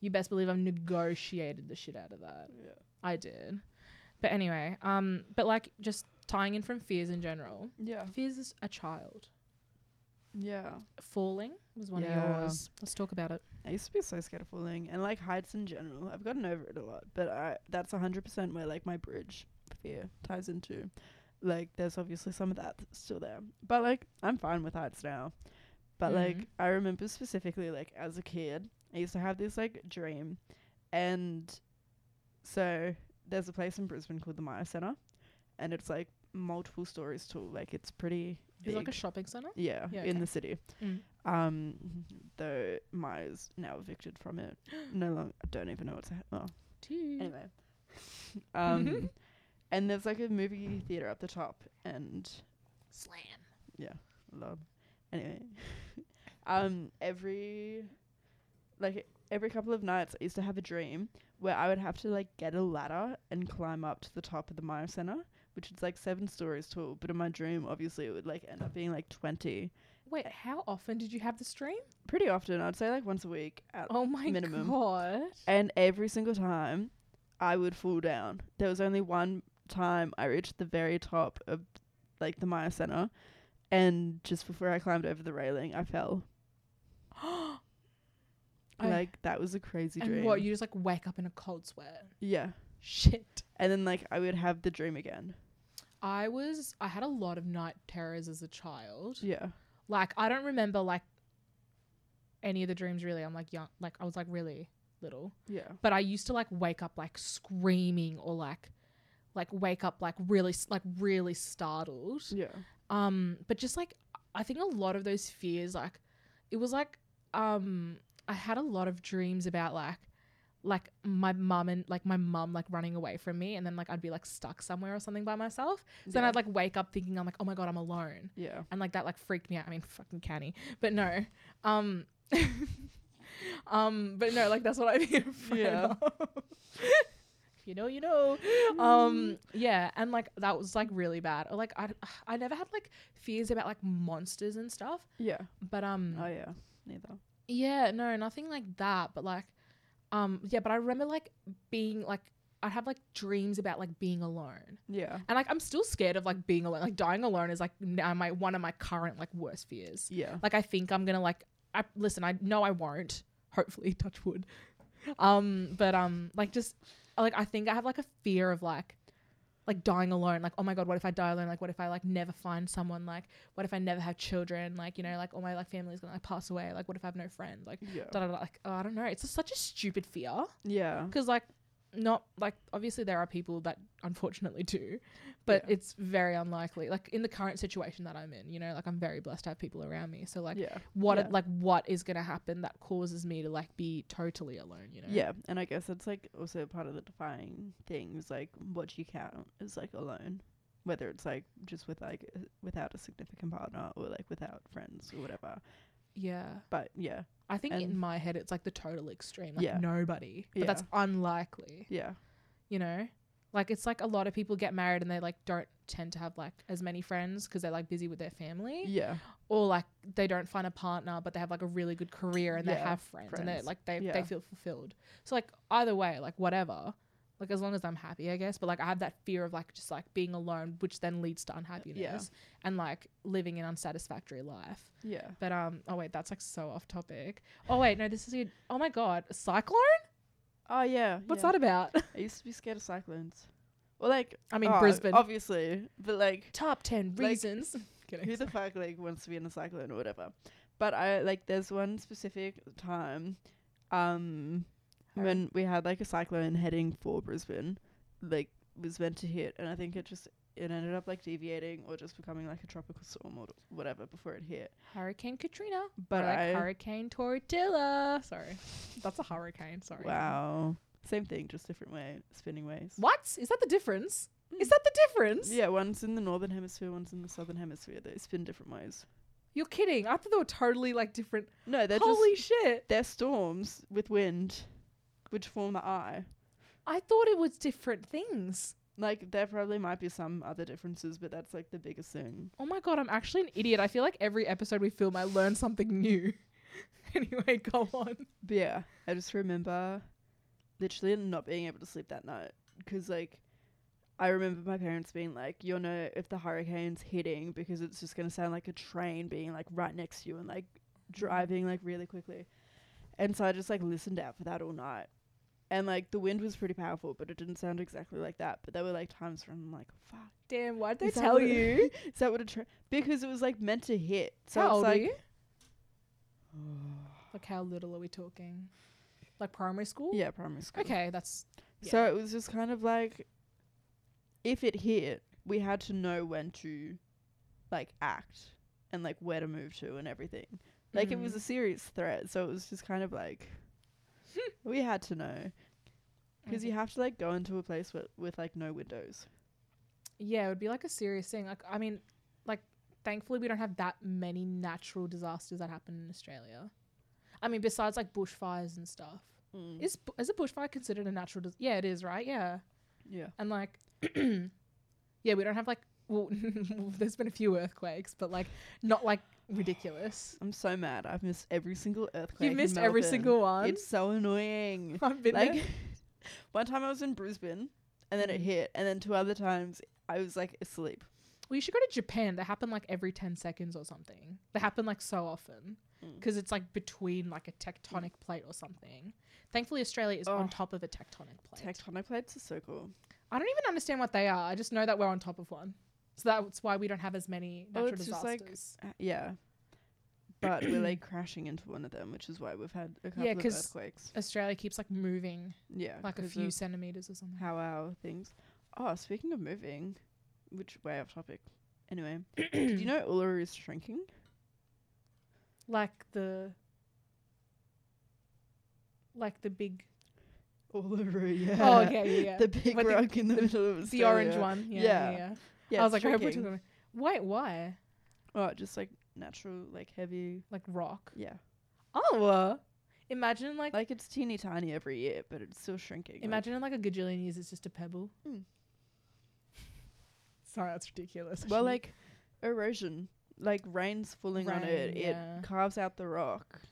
Speaker 1: You best believe I've negotiated the shit out of that.
Speaker 2: Yeah.
Speaker 1: I did. But anyway, um, but like just tying in from fears in general.
Speaker 2: Yeah.
Speaker 1: Fears as a child.
Speaker 2: Yeah.
Speaker 1: Falling was one
Speaker 2: Yeah.
Speaker 1: of yours. Let's talk about it.
Speaker 2: I used to be so scared of falling and like heights in general. I've gotten over it a lot, but I that's a hundred percent where like my bridge fear ties into. Like there's obviously some of that that's still there, but like I'm fine with heights now. But like
Speaker 1: Mhm.
Speaker 2: I remember specifically like as a kid, I used to have this like dream, and so there's a place in Brisbane called the Maya Centre, and it's like multiple stories tall. Like it's pretty.
Speaker 1: It's like
Speaker 2: big.
Speaker 1: a shopping center.
Speaker 2: Yeah,
Speaker 1: Yeah,
Speaker 2: in
Speaker 1: okay.
Speaker 2: the city.
Speaker 1: Mm.
Speaker 2: Um, though Maya's now evicted from it. No long I don't even know what's happening. Oh, anyway. Um, and there's like a movie theater up the top, and
Speaker 1: Slam.
Speaker 2: love. Anyway, um, every like every couple of nights, I used to have a dream where I would have to like get a ladder and climb up to the top of the Maya Center, which is like seven stories tall. But in my dream, obviously, it would like end up being like twenty.
Speaker 1: Wait, how often did you have the stream?
Speaker 2: pretty often. I'd say like once a week. At,
Speaker 1: Oh my
Speaker 2: minimum.
Speaker 1: god.
Speaker 2: And every single time, I would fall down. There was only one time I reached the very top of like the Maya Center, and just before I climbed over the railing, I fell.
Speaker 1: Oh.
Speaker 2: Like that was a crazy
Speaker 1: and
Speaker 2: dream.
Speaker 1: what, you just like wake up in a cold sweat.
Speaker 2: yeah.
Speaker 1: Shit.
Speaker 2: And then like I would have the dream again.
Speaker 1: I was I had a lot of night terrors as a child.
Speaker 2: Yeah.
Speaker 1: Like I don't remember like any of the dreams really. I'm like young, like I was like really little,
Speaker 2: Yeah.
Speaker 1: but I used to like wake up like screaming or like like wake up like really s- like really startled.
Speaker 2: Yeah.
Speaker 1: Um, but just like I think a lot of those fears, like it was like um, I had a lot of dreams about like like my mum and like my mum like running away from me, and then like I'd be like stuck somewhere or something by myself. So then
Speaker 2: Yeah.
Speaker 1: I'd like wake up thinking I'm like, oh my god, I'm alone,
Speaker 2: Yeah.
Speaker 1: and like that like freaked me out. I mean, fucking canny, but no, um. um but no like that's what i mean
Speaker 2: Yeah.
Speaker 1: if you know you know um yeah and like that was like really bad or like i i never had like fears about like monsters and stuff
Speaker 2: Yeah.
Speaker 1: but um
Speaker 2: Oh yeah. Neither.
Speaker 1: yeah no nothing like that but like um yeah but i remember like being like i'd have like dreams about like being alone
Speaker 2: Yeah.
Speaker 1: and like i'm still scared of like being alone like dying alone is like now my one of my current like worst fears
Speaker 2: Yeah.
Speaker 1: like i think i'm gonna like i listen i know i won't hopefully touch wood um but um like just like i think i have like a fear of like like dying alone like oh my god what if i die alone like what if i like never find someone like what if i never have children like you know like all my like family's gonna like pass away like what if i have no friends like
Speaker 2: Yeah.
Speaker 1: da, da, da, like oh, i don't know it's just such a stupid fear
Speaker 2: Yeah.
Speaker 1: because like not like obviously there are people that unfortunately do but
Speaker 2: Yeah.
Speaker 1: it's very unlikely like in the current situation that i'm in you know like i'm very blessed to have people around me so like
Speaker 2: yeah.
Speaker 1: what
Speaker 2: Yeah.
Speaker 1: like what is gonna happen that causes me to like be totally alone you know
Speaker 2: Yeah. And I guess that's like also part of the defying thing is like what you count is like alone. Whether it's like just with like uh, without a significant partner or like without friends or whatever.
Speaker 1: yeah
Speaker 2: But yeah.
Speaker 1: i think in
Speaker 2: And-
Speaker 1: my head it's like the total extreme like
Speaker 2: Yeah.
Speaker 1: nobody but that's unlikely
Speaker 2: Yeah.
Speaker 1: you know like it's like a lot of people get married and they like don't tend to have like as many friends because they're like busy with their family
Speaker 2: Yeah.
Speaker 1: or like they don't find a partner but they have like a really good career and they
Speaker 2: Yeah,
Speaker 1: have friends, and they
Speaker 2: friends.
Speaker 1: like they, they
Speaker 2: Yeah.
Speaker 1: feel fulfilled so like either way like whatever like as long as i'm happy i guess but like i have that fear of like just like being alone which then leads to unhappiness and like living an unsatisfactory life
Speaker 2: Yeah.
Speaker 1: but um oh wait that's like so off topic oh wait no this is it oh my god cyclone
Speaker 2: Oh yeah.
Speaker 1: what's
Speaker 2: yeah.
Speaker 1: that about
Speaker 2: I used to be scared of cyclones. Well, like
Speaker 1: i mean
Speaker 2: oh,
Speaker 1: brisbane
Speaker 2: obviously, but like
Speaker 1: top 10
Speaker 2: Like-
Speaker 1: reasons Kidding.
Speaker 2: who the fuck like wants to be in a cyclone or whatever. But I like there's one specific time um
Speaker 1: Alright.
Speaker 2: when we had like a cyclone heading for Brisbane, like was meant to hit and I think it just it ended up like deviating or just becoming like a tropical storm or whatever before it hit.
Speaker 1: hurricane katrina
Speaker 2: But
Speaker 1: or like
Speaker 2: I
Speaker 1: hurricane tortilla sorry that's a hurricane sorry
Speaker 2: Wow. Same thing, just different way, spinning ways.
Speaker 1: What? Is that the difference? Is
Speaker 2: Mm.
Speaker 1: that the difference?
Speaker 2: Yeah, one's in the northern hemisphere, one's in the southern hemisphere. They spin different ways.
Speaker 1: You're kidding. I thought they were totally like different.
Speaker 2: No, they're
Speaker 1: Holy
Speaker 2: just
Speaker 1: shit.
Speaker 2: they're storms with wind, which form the eye.
Speaker 1: I thought it was different things.
Speaker 2: Like there probably might be some other differences, but that's like the biggest thing.
Speaker 1: Oh my god, I'm actually an idiot. I feel like every episode we film I learn something new. anyway, go on.
Speaker 2: But yeah, I just remember literally not being able to sleep that night because like I remember my parents being like, "You'll know if the hurricane's hitting because it's just gonna sound like a train being like right next to you and like driving like really quickly." And so I just like listened out for that all night. And like the wind was pretty powerful, but it didn't sound exactly like that. But there were like times where I'm like, "Fuck."
Speaker 1: Damn, why'd they
Speaker 2: Is that
Speaker 1: tell
Speaker 2: what it-
Speaker 1: you?
Speaker 2: Is that what a tra- because it was like meant to hit? So
Speaker 1: how
Speaker 2: it's
Speaker 1: old
Speaker 2: like
Speaker 1: are you? Like how little are we talking? Like primary school?
Speaker 2: yeah, primary school.
Speaker 1: Okay, that's
Speaker 2: So it was just kind of like, if it hit, we had to know when to, like, act and like where to move to and everything. Like it was
Speaker 1: Mm.
Speaker 2: a serious threat, so it was just kind of like, we had to know because you
Speaker 1: okay.
Speaker 2: have to like go into a place with with like no windows.
Speaker 1: Yeah, it would be like a serious thing. Like I mean, like thankfully we don't have that many natural disasters that happen in Australia. I mean, besides like bushfires and stuff.
Speaker 2: Mm.
Speaker 1: Is bu- is a bushfire considered a natural dis- Yeah, it is, right? Yeah.
Speaker 2: yeah,
Speaker 1: And like Yeah, we don't have like well, there's been a few earthquakes, but like not like ridiculous.
Speaker 2: I'm so mad. I've missed every single earthquake.
Speaker 1: You've
Speaker 2: in
Speaker 1: missed every
Speaker 2: Melbourne.
Speaker 1: single one.
Speaker 2: It's so annoying.
Speaker 1: I've been
Speaker 2: like
Speaker 1: there.
Speaker 2: one time I was in Brisbane and then it
Speaker 1: Mhm.
Speaker 2: hit and then two other times I was like asleep.
Speaker 1: Well, you should go to Japan. They happen like every 10 seconds or something. They happen like so often
Speaker 2: Mm.
Speaker 1: because it's like between like a tectonic plate or something. Thankfully, Australia is on
Speaker 2: Ugh.
Speaker 1: top of a tectonic plate.
Speaker 2: Tectonic plates are so cool.
Speaker 1: I don't even understand what they are. I just know that we're on top of one. So that's why we don't have as many
Speaker 2: Oh,
Speaker 1: natural
Speaker 2: it's just,
Speaker 1: disasters.
Speaker 2: like, Uh, yeah. but we're like crashing into one of them, which is why we've had a couple of
Speaker 1: 'cause-
Speaker 2: earthquakes.
Speaker 1: Australia keeps like moving
Speaker 2: Yeah,
Speaker 1: like a
Speaker 2: 'cause
Speaker 1: few
Speaker 2: of
Speaker 1: centimeters or something.
Speaker 2: how our things. Oh, speaking of moving, which way off topic. Anyway, did you know Uluru is shrinking?
Speaker 1: Like the like the big
Speaker 2: Uluru, yeah.
Speaker 1: Oh yeah, yeah, yeah.
Speaker 2: The big
Speaker 1: With the-
Speaker 2: rock in the,
Speaker 1: the-
Speaker 2: middle of
Speaker 1: the orange
Speaker 2: Australia.
Speaker 1: one. Yeah.
Speaker 2: Yeah.
Speaker 1: yeah. yeah.
Speaker 2: Yeah,
Speaker 1: I
Speaker 2: it's
Speaker 1: was like, I hope we're
Speaker 2: shrinking.
Speaker 1: talking about Why why?
Speaker 2: Oh, just like natural, like heavy.
Speaker 1: Like rock.
Speaker 2: Yeah,
Speaker 1: Oh uh, imagine like,
Speaker 2: like it's teeny tiny every year, but it's still shrinking. like-
Speaker 1: imagine in like a gajillion years it's just a pebble.
Speaker 2: Mm.
Speaker 1: Sorry, that's ridiculous. I
Speaker 2: well,
Speaker 1: shouldn't-
Speaker 2: like erosion, like rain's falling on it.
Speaker 1: Rain, yeah.
Speaker 2: It carves out the rock.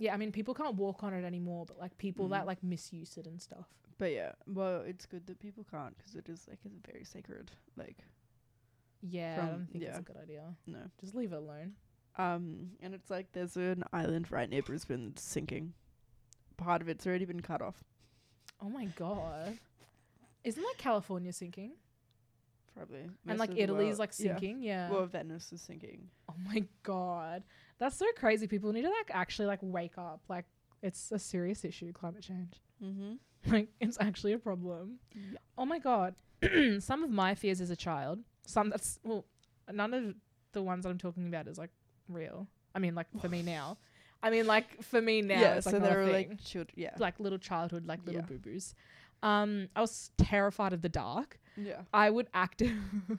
Speaker 1: Yeah, I mean people can't walk on it anymore, but like people
Speaker 2: Mm.
Speaker 1: that like misuse it and stuff.
Speaker 2: But yeah, well, it's good that people can't because it is like it's very sacred. Like
Speaker 1: Yeah, I
Speaker 2: From-
Speaker 1: don't think it's
Speaker 2: yeah.
Speaker 1: a good idea.
Speaker 2: no,
Speaker 1: Just leave it alone.
Speaker 2: um, and it's like there's an island right near Brisbane that's sinking. Part of it's already been cut off,
Speaker 1: Oh my god. Isn't like California sinking?
Speaker 2: probably.
Speaker 1: and
Speaker 2: Most
Speaker 1: like
Speaker 2: of the
Speaker 1: Italy's
Speaker 2: world-
Speaker 1: like
Speaker 2: yeah.
Speaker 1: sinking, yeah.
Speaker 2: Well, Venice is sinking.
Speaker 1: oh my god. That's so crazy. People need to like actually like wake up. Like it's a serious issue, climate change.
Speaker 2: Mm-hmm.
Speaker 1: Like it's actually a problem.
Speaker 2: Yeah.
Speaker 1: Oh my god. Some of my fears as a child, some that's well, none of the ones that I'm talking about is like real. I mean like for me now. I mean like for me now.
Speaker 2: yeah,
Speaker 1: it's, like,
Speaker 2: so
Speaker 1: not a
Speaker 2: there are
Speaker 1: thing.
Speaker 2: like children. Yeah,
Speaker 1: like little childhood like little
Speaker 2: Yeah.
Speaker 1: boo boos. Um, I was terrified of the dark.
Speaker 2: yeah.
Speaker 1: I would active.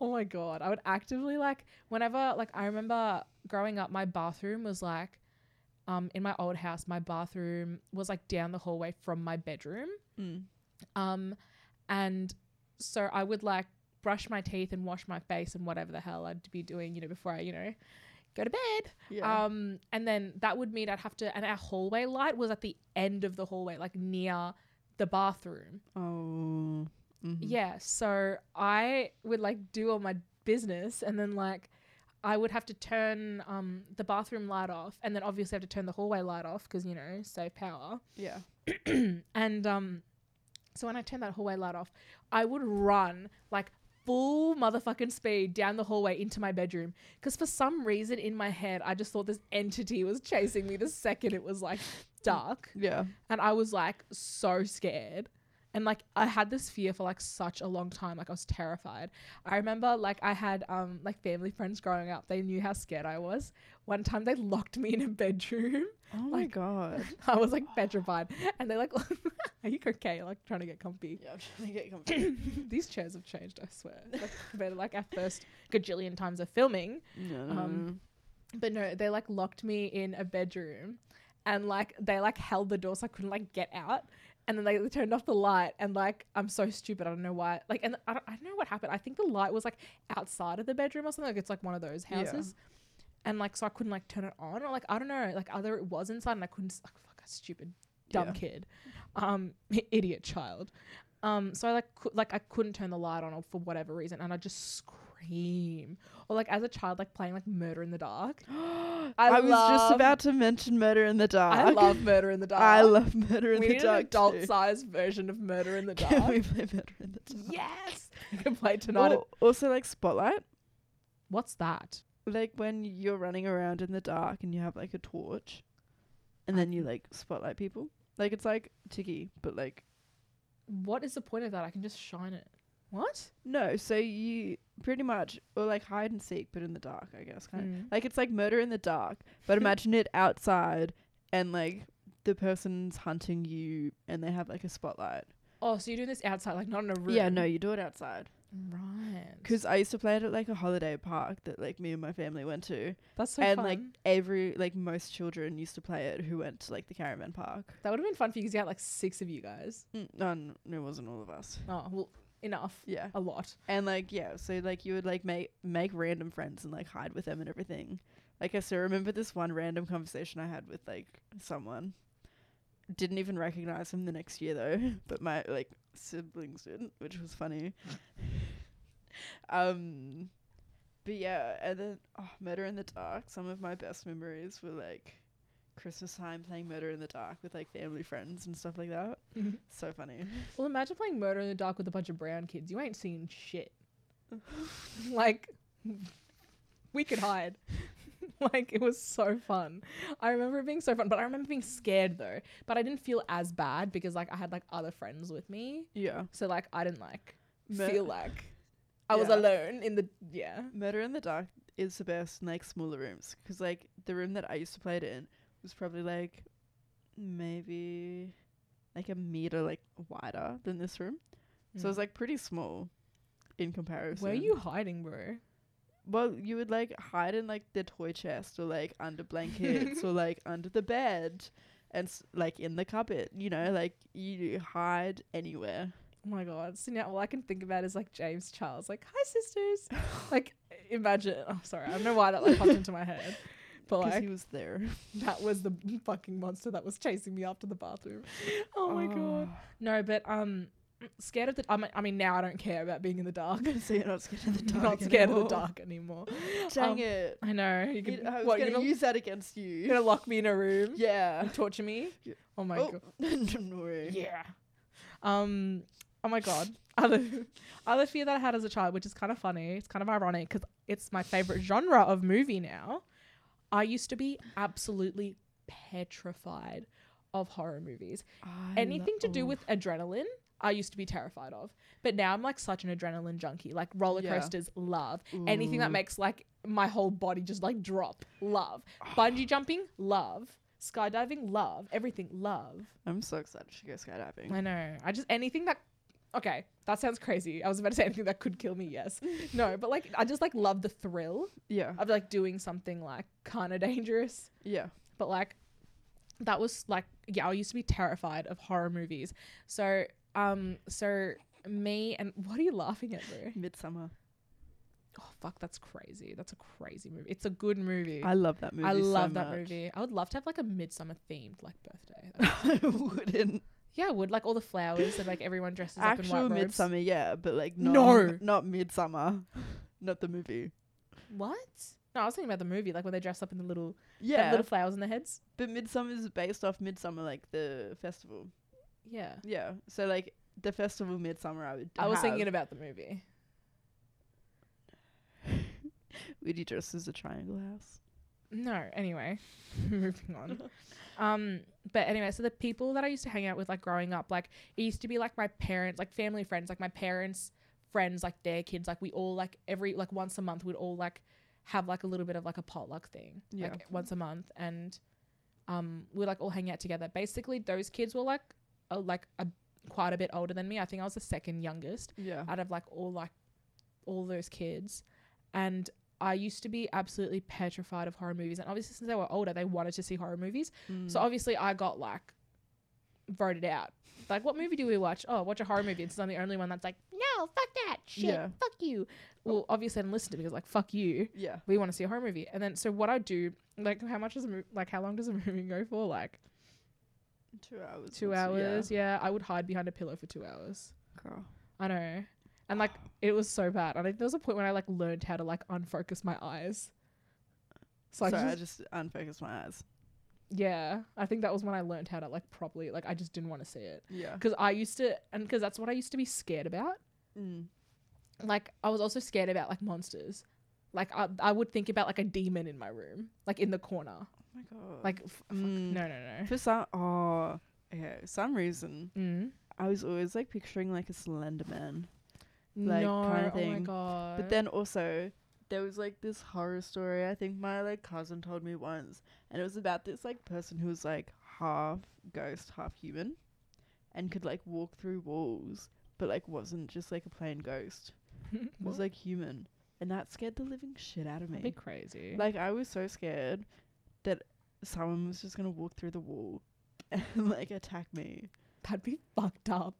Speaker 1: oh my god, I would actively like whenever like I remember growing up, my bathroom was like, um, in my old house, my bathroom was like down the hallway from my bedroom.
Speaker 2: Mm.
Speaker 1: Um, and so I would like brush my teeth and wash my face and whatever the hell I'd be doing, you know, before I, you know, go to bed.
Speaker 2: Yeah.
Speaker 1: Um, and then that would mean I'd have to, and our hallway light was at the end of the hallway, like near the bathroom.
Speaker 2: oh. mhm.
Speaker 1: Yeah. So I would like do all my business and then like I would have to turn um, the bathroom light off and then obviously have to turn the hallway light off because, you know, save power.
Speaker 2: Yeah.
Speaker 1: and um, so when I turned that hallway light off, I would run like full motherfucking speed down the hallway into my bedroom because for some reason in my head I just thought this entity was chasing me the second it was like dark,
Speaker 2: Yeah.
Speaker 1: and I was like so scared. And like I had this fear for like such a long time, like I was terrified. I remember like I had um like family friends growing up, they knew how scared I was. One time they locked me in a bedroom
Speaker 2: Oh my
Speaker 1: Like-
Speaker 2: god.
Speaker 1: I was like petrified. And they're like, Are you okay? Like trying to get comfy.
Speaker 2: yeah, I'm trying to get comfortable.
Speaker 1: These chairs have changed, I swear. Like, compared to like our first gajillion times of filming.
Speaker 2: no.
Speaker 1: Um, But no, they like locked me in a bedroom and like they like held the door so I couldn't like get out. And then they turned off the light and like I'm so stupid. I don't know why. Like and I don't, I don't know what happened. I think the light was like outside of the bedroom or something. Like it's like one of those
Speaker 2: Yeah.
Speaker 1: houses. And like so I couldn't like turn it on or like I don't know. Like either it was inside and I couldn't s- like fuck a stupid dumb
Speaker 2: Yeah.
Speaker 1: kid. Um idiot child. Um so I like cou- like I couldn't turn the light on or for whatever reason and I just scream. Or like as a child like playing like murder in the dark.
Speaker 2: I,
Speaker 1: I
Speaker 2: was just
Speaker 1: love-
Speaker 2: about to mention Murder in the Dark.
Speaker 1: I love Murder in the Dark.
Speaker 2: Ah, I love Murder in
Speaker 1: we
Speaker 2: the
Speaker 1: need
Speaker 2: Dark.
Speaker 1: an adult
Speaker 2: too.
Speaker 1: sized version of Murder in the Dark.
Speaker 2: Can we play Murder in the Dark?
Speaker 1: yes, we can play tonight.
Speaker 2: Or- also, like Spotlight,
Speaker 1: What's that?
Speaker 2: like when you're running around in the dark and you have like a torch, and then you
Speaker 1: Um.
Speaker 2: like spotlight people. Like it's like Tiki, but like
Speaker 1: What is the point of that? I can just shine it. What?
Speaker 2: no. So you pretty much or like hide and seek, but in the dark, I guess. Kind of.
Speaker 1: Mm.
Speaker 2: Like it's like murder in the dark, but imagine it outside and like the person's hunting you and they have like a spotlight.
Speaker 1: Oh, so you're doing this outside, like not in a room?
Speaker 2: Yeah, no, you do it outside.
Speaker 1: Right.
Speaker 2: 'Cause I used to play it at like a holiday park that like me and my family went to,
Speaker 1: that's so
Speaker 2: and
Speaker 1: fun.
Speaker 2: like every like most children used to play it who went to like the caravan park.
Speaker 1: that would have been fun for you because you had like six of you guys.
Speaker 2: Mm, no, n- it wasn't all of us.
Speaker 1: Oh well, enough.
Speaker 2: Yeah,
Speaker 1: A lot.
Speaker 2: and like yeah, so like you would like make make random friends and like hide with them and everything. Like I still remember this one random conversation I had with like someone. Didn't even recognize him the next year though, but my like siblings did, which was funny. um, but yeah, and then oh, Murder in the Dark. Some of my best memories were like Christmas time playing Murder in the Dark with like family friends and stuff like that. So funny.
Speaker 1: Well, imagine playing Murder in the Dark with a bunch of brown kids. You ain't seen shit. like, we could hide. like it was so fun. I remember it being so fun, but I remember being scared though. But I didn't feel as bad because like I had like other friends with me.
Speaker 2: Yeah.
Speaker 1: So like I didn't like
Speaker 2: Me-
Speaker 1: feel like I was
Speaker 2: Yeah.
Speaker 1: alone in the yeah.
Speaker 2: Murder in the Dark is the best in like smaller rooms because like the room that I used to play it in was probably like maybe like a meter like wider than this room, so it was like pretty small in comparison.
Speaker 1: Where are Hmm. you hiding, bro?
Speaker 2: Well, you would like hide in like the toy chest or like under blankets or like under the bed, and s- like in the cupboard. You know, like you hide anywhere.
Speaker 1: Oh my god. So now all I can think about is like James Charles, like, hi sisters. like imagine I'm sorry, I don't know why that like popped into my head. But
Speaker 2: Because
Speaker 1: like
Speaker 2: he was there.
Speaker 1: that was the fucking monster that was chasing me after the bathroom. Oh my god. No, but um scared of the I mean, I mean now I don't care about being in the dark.
Speaker 2: so you're not scared of the dark.
Speaker 1: not scared of
Speaker 2: anymore.
Speaker 1: the dark anymore.
Speaker 2: Dang
Speaker 1: Um,
Speaker 2: it!
Speaker 1: I know. You could,
Speaker 2: You- I was
Speaker 1: what, you're
Speaker 2: gonna
Speaker 1: gonna,
Speaker 2: use that against
Speaker 1: you're
Speaker 2: you.
Speaker 1: gonna lock me in a room
Speaker 2: Yeah.
Speaker 1: and torture me?
Speaker 2: Yeah.
Speaker 1: Oh my
Speaker 2: Oh,
Speaker 1: god.
Speaker 2: don't worry.
Speaker 1: Yeah. Um. Oh my god. Other other fear that I had as a child, which is kind of funny. It's kind of ironic because it's my favorite genre of movie now. I used to be absolutely petrified of horror movies.
Speaker 2: I
Speaker 1: Anything to do
Speaker 2: love- oh,
Speaker 1: with adrenaline, I used to be terrified of. But now I'm like such an adrenaline junkie. Like roller
Speaker 2: Yeah. Mm.
Speaker 1: coasters, love. Anything that
Speaker 2: Ooh.
Speaker 1: makes like my whole body just like drop, love. Bungee jumping, love. Skydiving, love. Everything, love.
Speaker 2: I'm so excited to go skydiving.
Speaker 1: I know. I just anything that okay, that sounds crazy. I was about to say anything that could kill me, yes. No, but like I just like love the thrill
Speaker 2: Yeah.
Speaker 1: of like doing something like kinda dangerous.
Speaker 2: Yeah.
Speaker 1: But like that was like yeah, I used to be terrified of horror movies. So um so me and what are you laughing at, bro?
Speaker 2: Midsummer.
Speaker 1: Oh fuck, that's crazy. That's a crazy movie. It's a good movie.
Speaker 2: I love that movie.
Speaker 1: I
Speaker 2: so
Speaker 1: love that
Speaker 2: much.
Speaker 1: movie. I would love to have like a midsummer themed like birthday.
Speaker 2: I wouldn't.
Speaker 1: yeah, I would like all the flowers and like everyone dresses up
Speaker 2: Actual
Speaker 1: in white robes.
Speaker 2: midsummer, yeah, but like not
Speaker 1: No.
Speaker 2: not midsummer, not the movie.
Speaker 1: What? No, I was thinking about the movie, like when they dress up in the little, the
Speaker 2: Yeah,
Speaker 1: little flowers in their heads.
Speaker 2: but midsummer is based off midsummer, like the festival.
Speaker 1: Yeah.
Speaker 2: Yeah, so like the festival midsummer, I would.
Speaker 1: I was
Speaker 2: have.
Speaker 1: thinking about the movie.
Speaker 2: Would you dress as a triangle house?
Speaker 1: No, anyway, moving on. Um, but anyway, so the people that I used to hang out with, like growing up, like it used to be like my parents, like family friends, like my parents' friends, like their kids, like we all like every like once a month we'd all like have like a little bit of like a potluck thing,
Speaker 2: Yeah.
Speaker 1: like once a month, and um we like all hang out together. Basically, those kids were like, uh, like a quite a bit older than me. I think I was the second youngest.
Speaker 2: Yeah,
Speaker 1: out of like all like all those kids and I used to be absolutely petrified of horror movies and obviously since they were older they wanted to see horror movies
Speaker 2: Mm.
Speaker 1: so obviously I got like voted out like what movie do we watch oh watch a horror movie and since I'm the only one that's like no fuck that shit
Speaker 2: Yeah.
Speaker 1: fuck you well obviously I didn't listen to me because like fuck you
Speaker 2: yeah,
Speaker 1: we want to see a horror movie and then so what I do like how much does a movie like how long does a movie go for like
Speaker 2: two hours.
Speaker 1: two
Speaker 2: was- yeah.
Speaker 1: hours yeah I would hide behind a pillow for two hours
Speaker 2: Girl.
Speaker 1: I know. And like it was so bad. And I, there was a point when I like learned how to like unfocus my eyes. So I
Speaker 2: Sorry,
Speaker 1: just,
Speaker 2: I just unfocused my eyes.
Speaker 1: yeah, I think that was when I learned how to like properly like I just didn't want to see it
Speaker 2: Yeah.
Speaker 1: because I used to and because that's what I used to be scared about.
Speaker 2: Mm.
Speaker 1: Like I was also scared about like monsters. Like I, I would think about like a demon in my room, like in the corner.
Speaker 2: Oh my god.
Speaker 1: Like f- fuck,
Speaker 2: Mm.
Speaker 1: no, no, no.
Speaker 2: for some oh okay, some reason
Speaker 1: Mm.
Speaker 2: I was always like picturing like a Slender Man, Like,
Speaker 1: no,
Speaker 2: kinda
Speaker 1: oh my
Speaker 2: thing.
Speaker 1: god.
Speaker 2: but then also there was like this horror story I think my like cousin told me once, and it was about this like person who was like half ghost, half human, and could like walk through walls, but like wasn't just like a plain ghost. It was
Speaker 1: What?
Speaker 2: like human, and that scared the living shit out of me.
Speaker 1: That'd be crazy.
Speaker 2: Like I was so scared that someone was just gonna walk through the wall and like attack me.
Speaker 1: That'd be fucked up.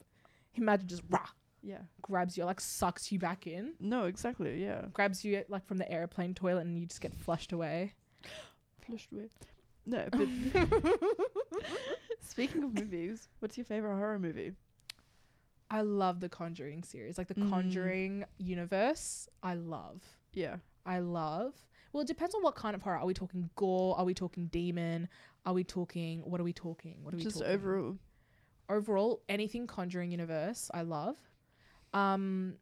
Speaker 1: Imagine just rah,
Speaker 2: Yeah.
Speaker 1: grabs you, like sucks you back in,
Speaker 2: No, exactly. Yeah.
Speaker 1: grabs you like from the airplane toilet, and you just get flushed away.
Speaker 2: Flushed away. No, but speaking of movies, what's your favorite horror movie?
Speaker 1: I love the Conjuring series, like the
Speaker 2: Mm.
Speaker 1: Conjuring universe. I love.
Speaker 2: Yeah.
Speaker 1: I love. Well, it depends on what kind of horror. Are we talking gore? Are we talking demon? Are we talking? What are we talking? What are we
Speaker 2: Just
Speaker 1: talking?
Speaker 2: overall.
Speaker 1: overall anything conjuring universe i love um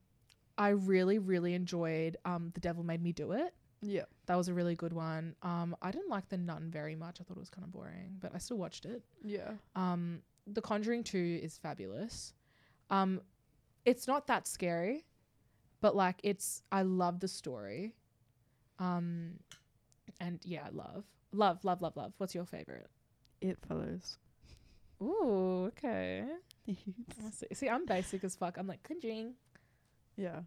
Speaker 1: i really really enjoyed um the devil made me do it
Speaker 2: Yeah.
Speaker 1: That was a really good one. Um, I didn't like The Nun very much. I thought it was kind of boring, but I still watched it.
Speaker 2: Yeah.
Speaker 1: Um, The Conjuring 2 is fabulous. Um, it's not that scary, but like it's I love the story. Um, and yeah, I love. Love, love, love, love. What's your favorite?
Speaker 2: It follows.
Speaker 1: Ooh, okay. See, see, I'm basic as fuck. I'm like Conjuring.
Speaker 2: yeah.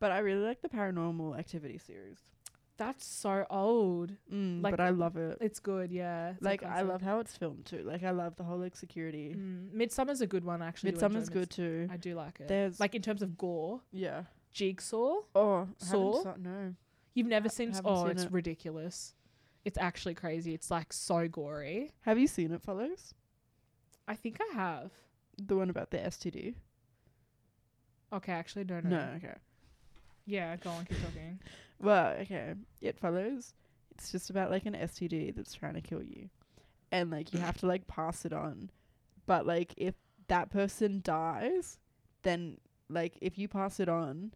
Speaker 2: But I really like the paranormal activity series.
Speaker 1: That's so old.
Speaker 2: Mm,
Speaker 1: Like-
Speaker 2: but I love it.
Speaker 1: It's good, yeah. It's a
Speaker 2: Like I
Speaker 1: concept.
Speaker 2: love how it's filmed too. Like I love the whole like security.
Speaker 1: Mm, Midsummer's a good one, I actually. do enjoy
Speaker 2: Midsummer's good too.
Speaker 1: Mids- I do like it.
Speaker 2: There's
Speaker 1: like in terms of gore,
Speaker 2: yeah.
Speaker 1: Jigsaw.
Speaker 2: Oh,
Speaker 1: Saw?
Speaker 2: Saw. no.
Speaker 1: You've never
Speaker 2: Ha-
Speaker 1: seen?
Speaker 2: haven't
Speaker 1: Oh,
Speaker 2: seen
Speaker 1: it's
Speaker 2: it.
Speaker 1: ridiculous. It's actually crazy. It's like so gory.
Speaker 2: Have you seen It Follows?
Speaker 1: I think I have.
Speaker 2: The one about the STD?
Speaker 1: Okay, I actually don't know.
Speaker 2: No. Okay.
Speaker 1: Yeah, go on, keep talking.
Speaker 2: Well, okay. It Follows. It's just about like an STD that's trying to kill you, and like you have to like pass it on. But like if that person dies, then like if you pass it on,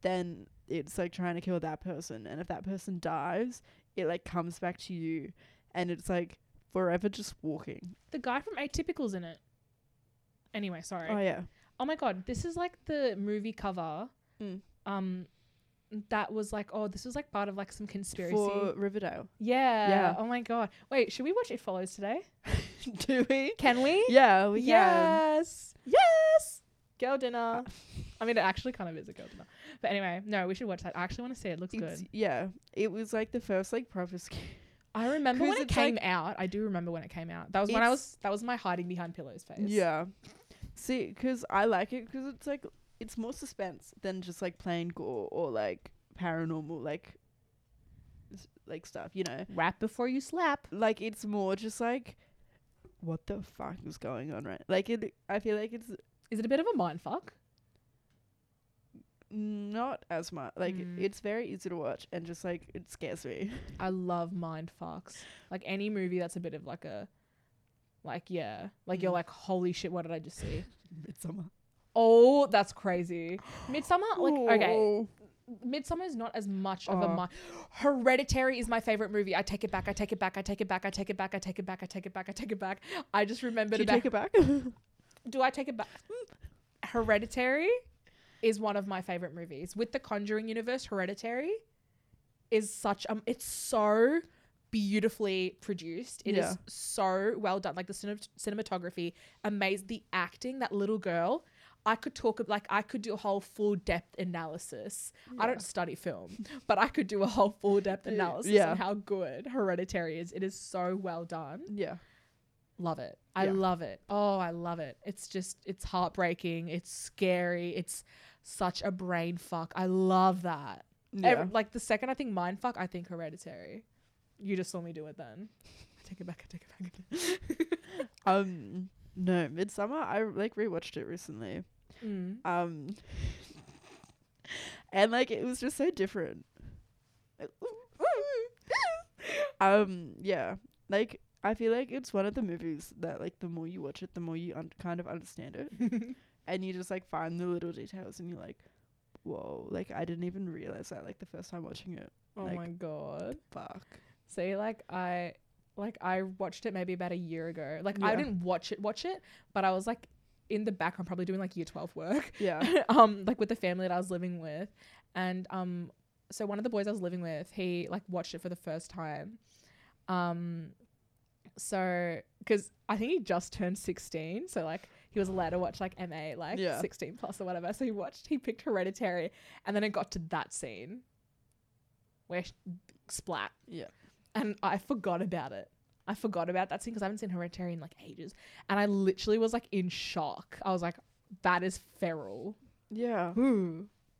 Speaker 2: then it's like trying to kill that person. And if that person dies, it like comes back to you, and it's like forever just walking.
Speaker 1: The guy from Atypical's in it. Anyway, sorry.
Speaker 2: Oh yeah.
Speaker 1: oh my god, this is like the movie cover.
Speaker 2: Mm.
Speaker 1: Um, that was like, oh, this was like part of like some conspiracy.
Speaker 2: For Riverdale.
Speaker 1: yeah.
Speaker 2: Yeah.
Speaker 1: Oh my god. Wait, should we watch It Follows today?
Speaker 2: Do we?
Speaker 1: Can we?
Speaker 2: Yeah, we can.
Speaker 1: yes. Yes. Uh, Girl dinner. I mean, it actually kind of is a girl dinner. But anyway, no, we should watch that. I actually want to see it. It looks
Speaker 2: It's,
Speaker 1: good.
Speaker 2: yeah, it was like the first like proper sc-
Speaker 1: I remember when
Speaker 2: 'cause
Speaker 1: it
Speaker 2: it's
Speaker 1: came
Speaker 2: like-
Speaker 1: out. I do remember when it came out. That was when I
Speaker 2: It's-
Speaker 1: was. That was my hiding behind pillows phase.
Speaker 2: Yeah. See, 'cause I like it 'cause it's like, it's more suspense than just like plain gore or like paranormal, like, s- like stuff, you know?
Speaker 1: Rap before you slap.
Speaker 2: Like, it's more just like, what the fuck is going on, right? Like, it, I feel like it's
Speaker 1: Is it a bit of a mind fuck?
Speaker 2: not as much. Like,
Speaker 1: Mm.
Speaker 2: it's very easy to watch and just like, it scares me.
Speaker 1: I love mind fucks. Like any movie that's a bit of like a, like yeah, like you're
Speaker 2: Mm.
Speaker 1: like holy shit, what did I just see?
Speaker 2: Midsummer.
Speaker 1: Oh, that's crazy. Midsummer, like okay,
Speaker 2: Oh.
Speaker 1: Midsummer is not as much of a
Speaker 2: Oh.
Speaker 1: mind. Hereditary is my favorite movie. I take it back. I take it back. I take it back. I take it back. I take it back. I take it back. I take it back. I just remembered
Speaker 2: Do you
Speaker 1: about.
Speaker 2: take it back? oh,
Speaker 1: do I take it back? Hereditary is one of my favorite movies. With the Conjuring universe, Hereditary is such um. It's so beautifully produced. It is
Speaker 2: Yeah.
Speaker 1: so well done. Like the cinemat- cinematography, amazed the acting. That little girl. I could talk ab- like I could do a whole full depth analysis. I
Speaker 2: Yeah.
Speaker 1: don't study film, but I could do a whole full depth
Speaker 2: Yeah.
Speaker 1: analysis
Speaker 2: Yeah.
Speaker 1: on how good Hereditary is. It is so well done.
Speaker 2: yeah.
Speaker 1: Love it. I
Speaker 2: Yeah.
Speaker 1: love it. Oh, I love it. It's just it's heartbreaking. It's scary. It's such a brain fuck. I love that.
Speaker 2: Yeah.
Speaker 1: Ev- like the second I think mind fuck, I think hereditary. You just saw me do it then. I take it back. I take it back.
Speaker 2: um, no, Midsummer, I like rewatched it recently.
Speaker 1: mm.
Speaker 2: Um, and like it was just so different. um, yeah, like I feel like it's one of the movies that like the more you watch it, the more you un- kind of understand it, and you just like find the little details, and you're like, whoa, like I didn't even realize that like the first time watching it.
Speaker 1: Oh
Speaker 2: Like-
Speaker 1: my god.
Speaker 2: Fuck.
Speaker 1: See, like I like I watched it maybe about a year ago. Like I
Speaker 2: Yeah.
Speaker 1: didn't watch it watch it, but I was like in the background probably doing like year twelve work.
Speaker 2: Yeah.
Speaker 1: um like with the family that I was living with and um so one of the boys I was living with he like watched it for the first time um so cuz I think he just turned 16 so like he was allowed to watch like MA like
Speaker 2: Yeah.
Speaker 1: 16 plus or whatever so he watched he picked hereditary and then it got to that scene where sh- splat
Speaker 2: Yeah.
Speaker 1: and I forgot about it I forgot about that scene because I haven't seen Hereditary in like ages and I literally was like in shock I was like that is feral.
Speaker 2: Yeah.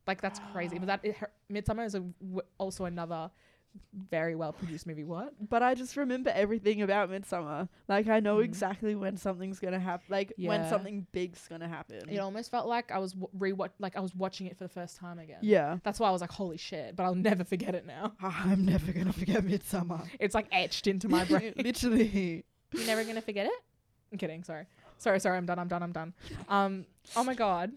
Speaker 1: Like that's crazy. But that it, her, Midsummer is a, w- also another very well produced movie. What?
Speaker 2: But I just remember everything about Midsummer. Like I know
Speaker 1: Mhm.
Speaker 2: exactly when something's gonna happen. Like when
Speaker 1: Yeah.
Speaker 2: something big's gonna happen.
Speaker 1: It almost felt like I was w- rewatch like I was watching it for the first time again.
Speaker 2: Yeah.
Speaker 1: That's why I was like, holy shit! But I'll never forget it now.
Speaker 2: I'm never gonna forget Midsummer.
Speaker 1: It's like etched into my brain.
Speaker 2: Literally.
Speaker 1: You're never gonna forget it. I'm kidding. Sorry. Sorry. Sorry. I'm done. I'm done. I'm done. Um. Oh my god.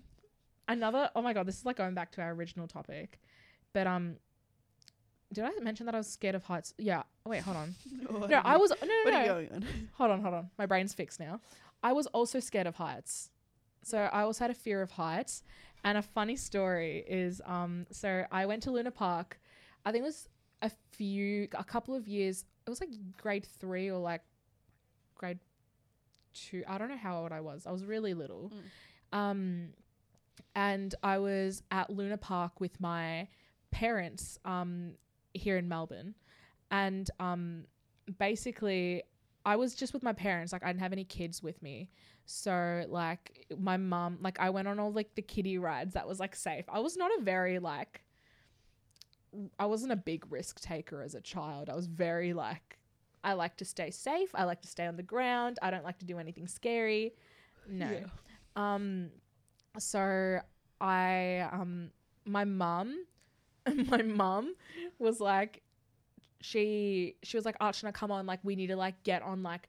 Speaker 1: Another. Oh my god. This is like going back to our original topic, but um, Did I mention that I was scared of heights? Yeah. Oh, wait, hold on.
Speaker 2: What
Speaker 1: No,
Speaker 2: are
Speaker 1: I
Speaker 2: you-
Speaker 1: was no no
Speaker 2: What
Speaker 1: no.
Speaker 2: are you going on?
Speaker 1: Hold on, hold on. My brain's fixed now. I was also scared of heights. So I also had a fear of heights. And a funny story is um so I went to Luna Park. I think it was a few a couple of years. It was like grade 3 or like grade 2. I don't know how old I was. I was really little. Um and I was at Luna Park with my parents um here in Melbourne. And um basically I was just with my parents, like I didn't have any kids with me. So like my mum, like I went on all like the kiddie rides that was like safe. I was not a very like I wasn't a big risk taker as a child. I was very like I like to stay safe. I like to stay on the ground. I don't like to do anything scary. No.
Speaker 2: Yeah.
Speaker 1: Um so I um my mum my mum was like she she was like Archana come on like we need to like get on like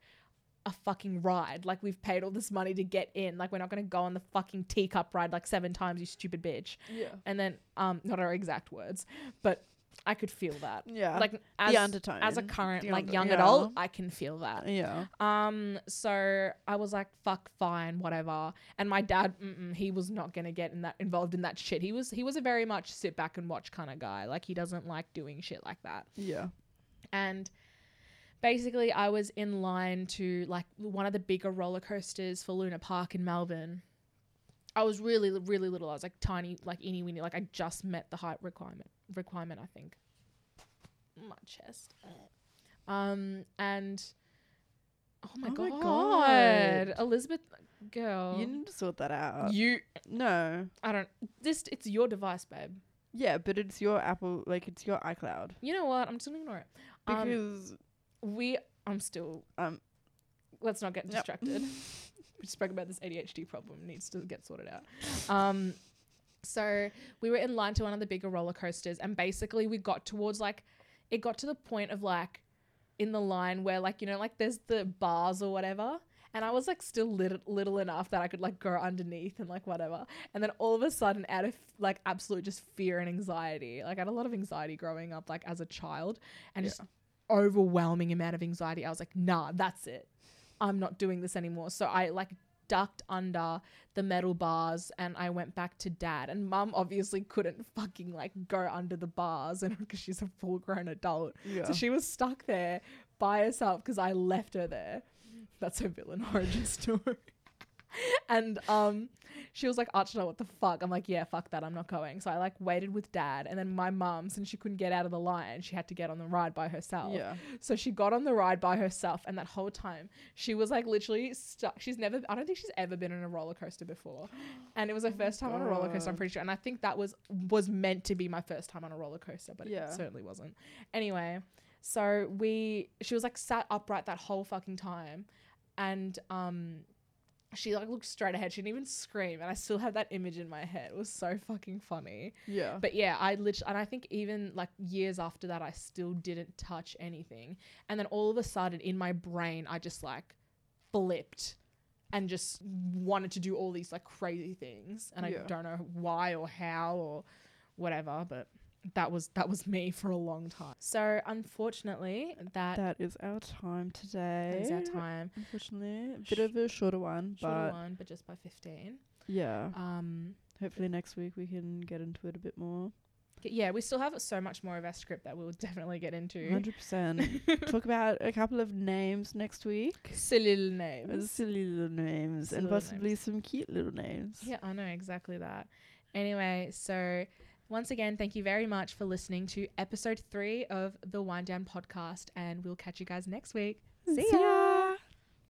Speaker 1: a fucking ride like we've paid all this money to get in like we're not going to go on the fucking teacup ride like seven times you stupid bitch
Speaker 2: Yeah.
Speaker 1: and then um not our exact words but I could feel that
Speaker 2: Yeah.
Speaker 1: like as
Speaker 2: undertone.
Speaker 1: as a current
Speaker 2: The
Speaker 1: like
Speaker 2: under-
Speaker 1: young
Speaker 2: yeah.
Speaker 1: adult I can feel that
Speaker 2: yeah.
Speaker 1: um, so I was like, fuck, fine, whatever. And my dad, mm-mm, he was not gonna get in that involved in that shit. He was he was a very much sit back and watch kind of guy. Like he doesn't like doing shit like that
Speaker 2: Yeah.
Speaker 1: and basically I was in line to like one of the bigger roller coasters for Luna Park in Melbourne. I was really really little. I was like tiny, like eeny weeny. Like I just met the height requirement. Requirement, I think. My chest. Um and oh my,
Speaker 2: Oh my
Speaker 1: god.
Speaker 2: God.
Speaker 1: Elizabeth, girl,
Speaker 2: You need to sort that out.
Speaker 1: you
Speaker 2: no.
Speaker 1: I don't. This it's your device, babe.
Speaker 2: Yeah, but it's your Apple, like it's your iCloud.
Speaker 1: You know what? I'm just gonna ignore it. Um,
Speaker 2: Because
Speaker 1: we. I'm still
Speaker 2: um,
Speaker 1: let's not get
Speaker 2: Yep.
Speaker 1: distracted. we spoke about this ADHD problem needs to get sorted out. Um, so we were in line to one of the bigger roller coasters, and basically we got towards like it got to the point of like in the line where like you know like there's the bars or whatever. And I was like still little, little enough that I could like go underneath and like whatever. And then all of a sudden, out of like absolute just fear and anxiety, like I had a lot of anxiety growing up, like as a child, and just overwhelming amount of anxiety. I was like, nah, that's it. I'm not doing this anymore. So I like ducked under the metal bars and I went back to dad. And mum obviously couldn't fucking like go under the bars and because she's a full grown adult.
Speaker 2: yeah.
Speaker 1: So she was stuck there by herself because I left her there. That's her villain origin story. and um, she was like, Archana, what the fuck? I'm like, yeah, fuck that. I'm not going. So I like waited with dad. And then my mum, since she couldn't get out of the line, she had to get on the ride by herself.
Speaker 2: yeah.
Speaker 1: So she got on the ride by herself, and that whole time she was like literally stuck. She's never, I don't think she's ever been on a roller coaster before, and it was her first time on a roller coaster. I'm
Speaker 2: God.
Speaker 1: pretty sure, and I think that was was meant to be my first time on a roller coaster, but
Speaker 2: Yeah.
Speaker 1: it certainly wasn't. Anyway, so we, she was like sat upright that whole fucking time, and um. She like looked straight ahead. She didn't even scream, and I still have that image in my head. It was so fucking funny.
Speaker 2: Yeah.
Speaker 1: But yeah, I literally, and I think even like years after that, I still didn't touch anything. And then all of a sudden in my brain, I just like flipped and just wanted to do all these like crazy things. And
Speaker 2: Yeah.
Speaker 1: I don't know why or how or whatever, but that was, that was me for a long time. So unfortunately, that
Speaker 2: that is our time today.
Speaker 1: is our time.
Speaker 2: Unfortunately, a bit of a shorter one,
Speaker 1: Shorter
Speaker 2: but
Speaker 1: one, but just by 15.
Speaker 2: yeah.
Speaker 1: Um,
Speaker 2: Hopefully next week we can get into it a bit more.
Speaker 1: yeah, we still have so much more of our script that we'll definitely get into.
Speaker 2: Hundred percent. Talk about a couple of names next week.
Speaker 1: Silly little
Speaker 2: Uh,
Speaker 1: names.
Speaker 2: Silly little names
Speaker 1: Silly
Speaker 2: and
Speaker 1: little
Speaker 2: possibly some cute little names.
Speaker 1: Yeah, I know exactly that. Anyway, so once again, thank you very much for listening to episode three of the Wind Down podcast, and we'll catch you guys next week. See ya.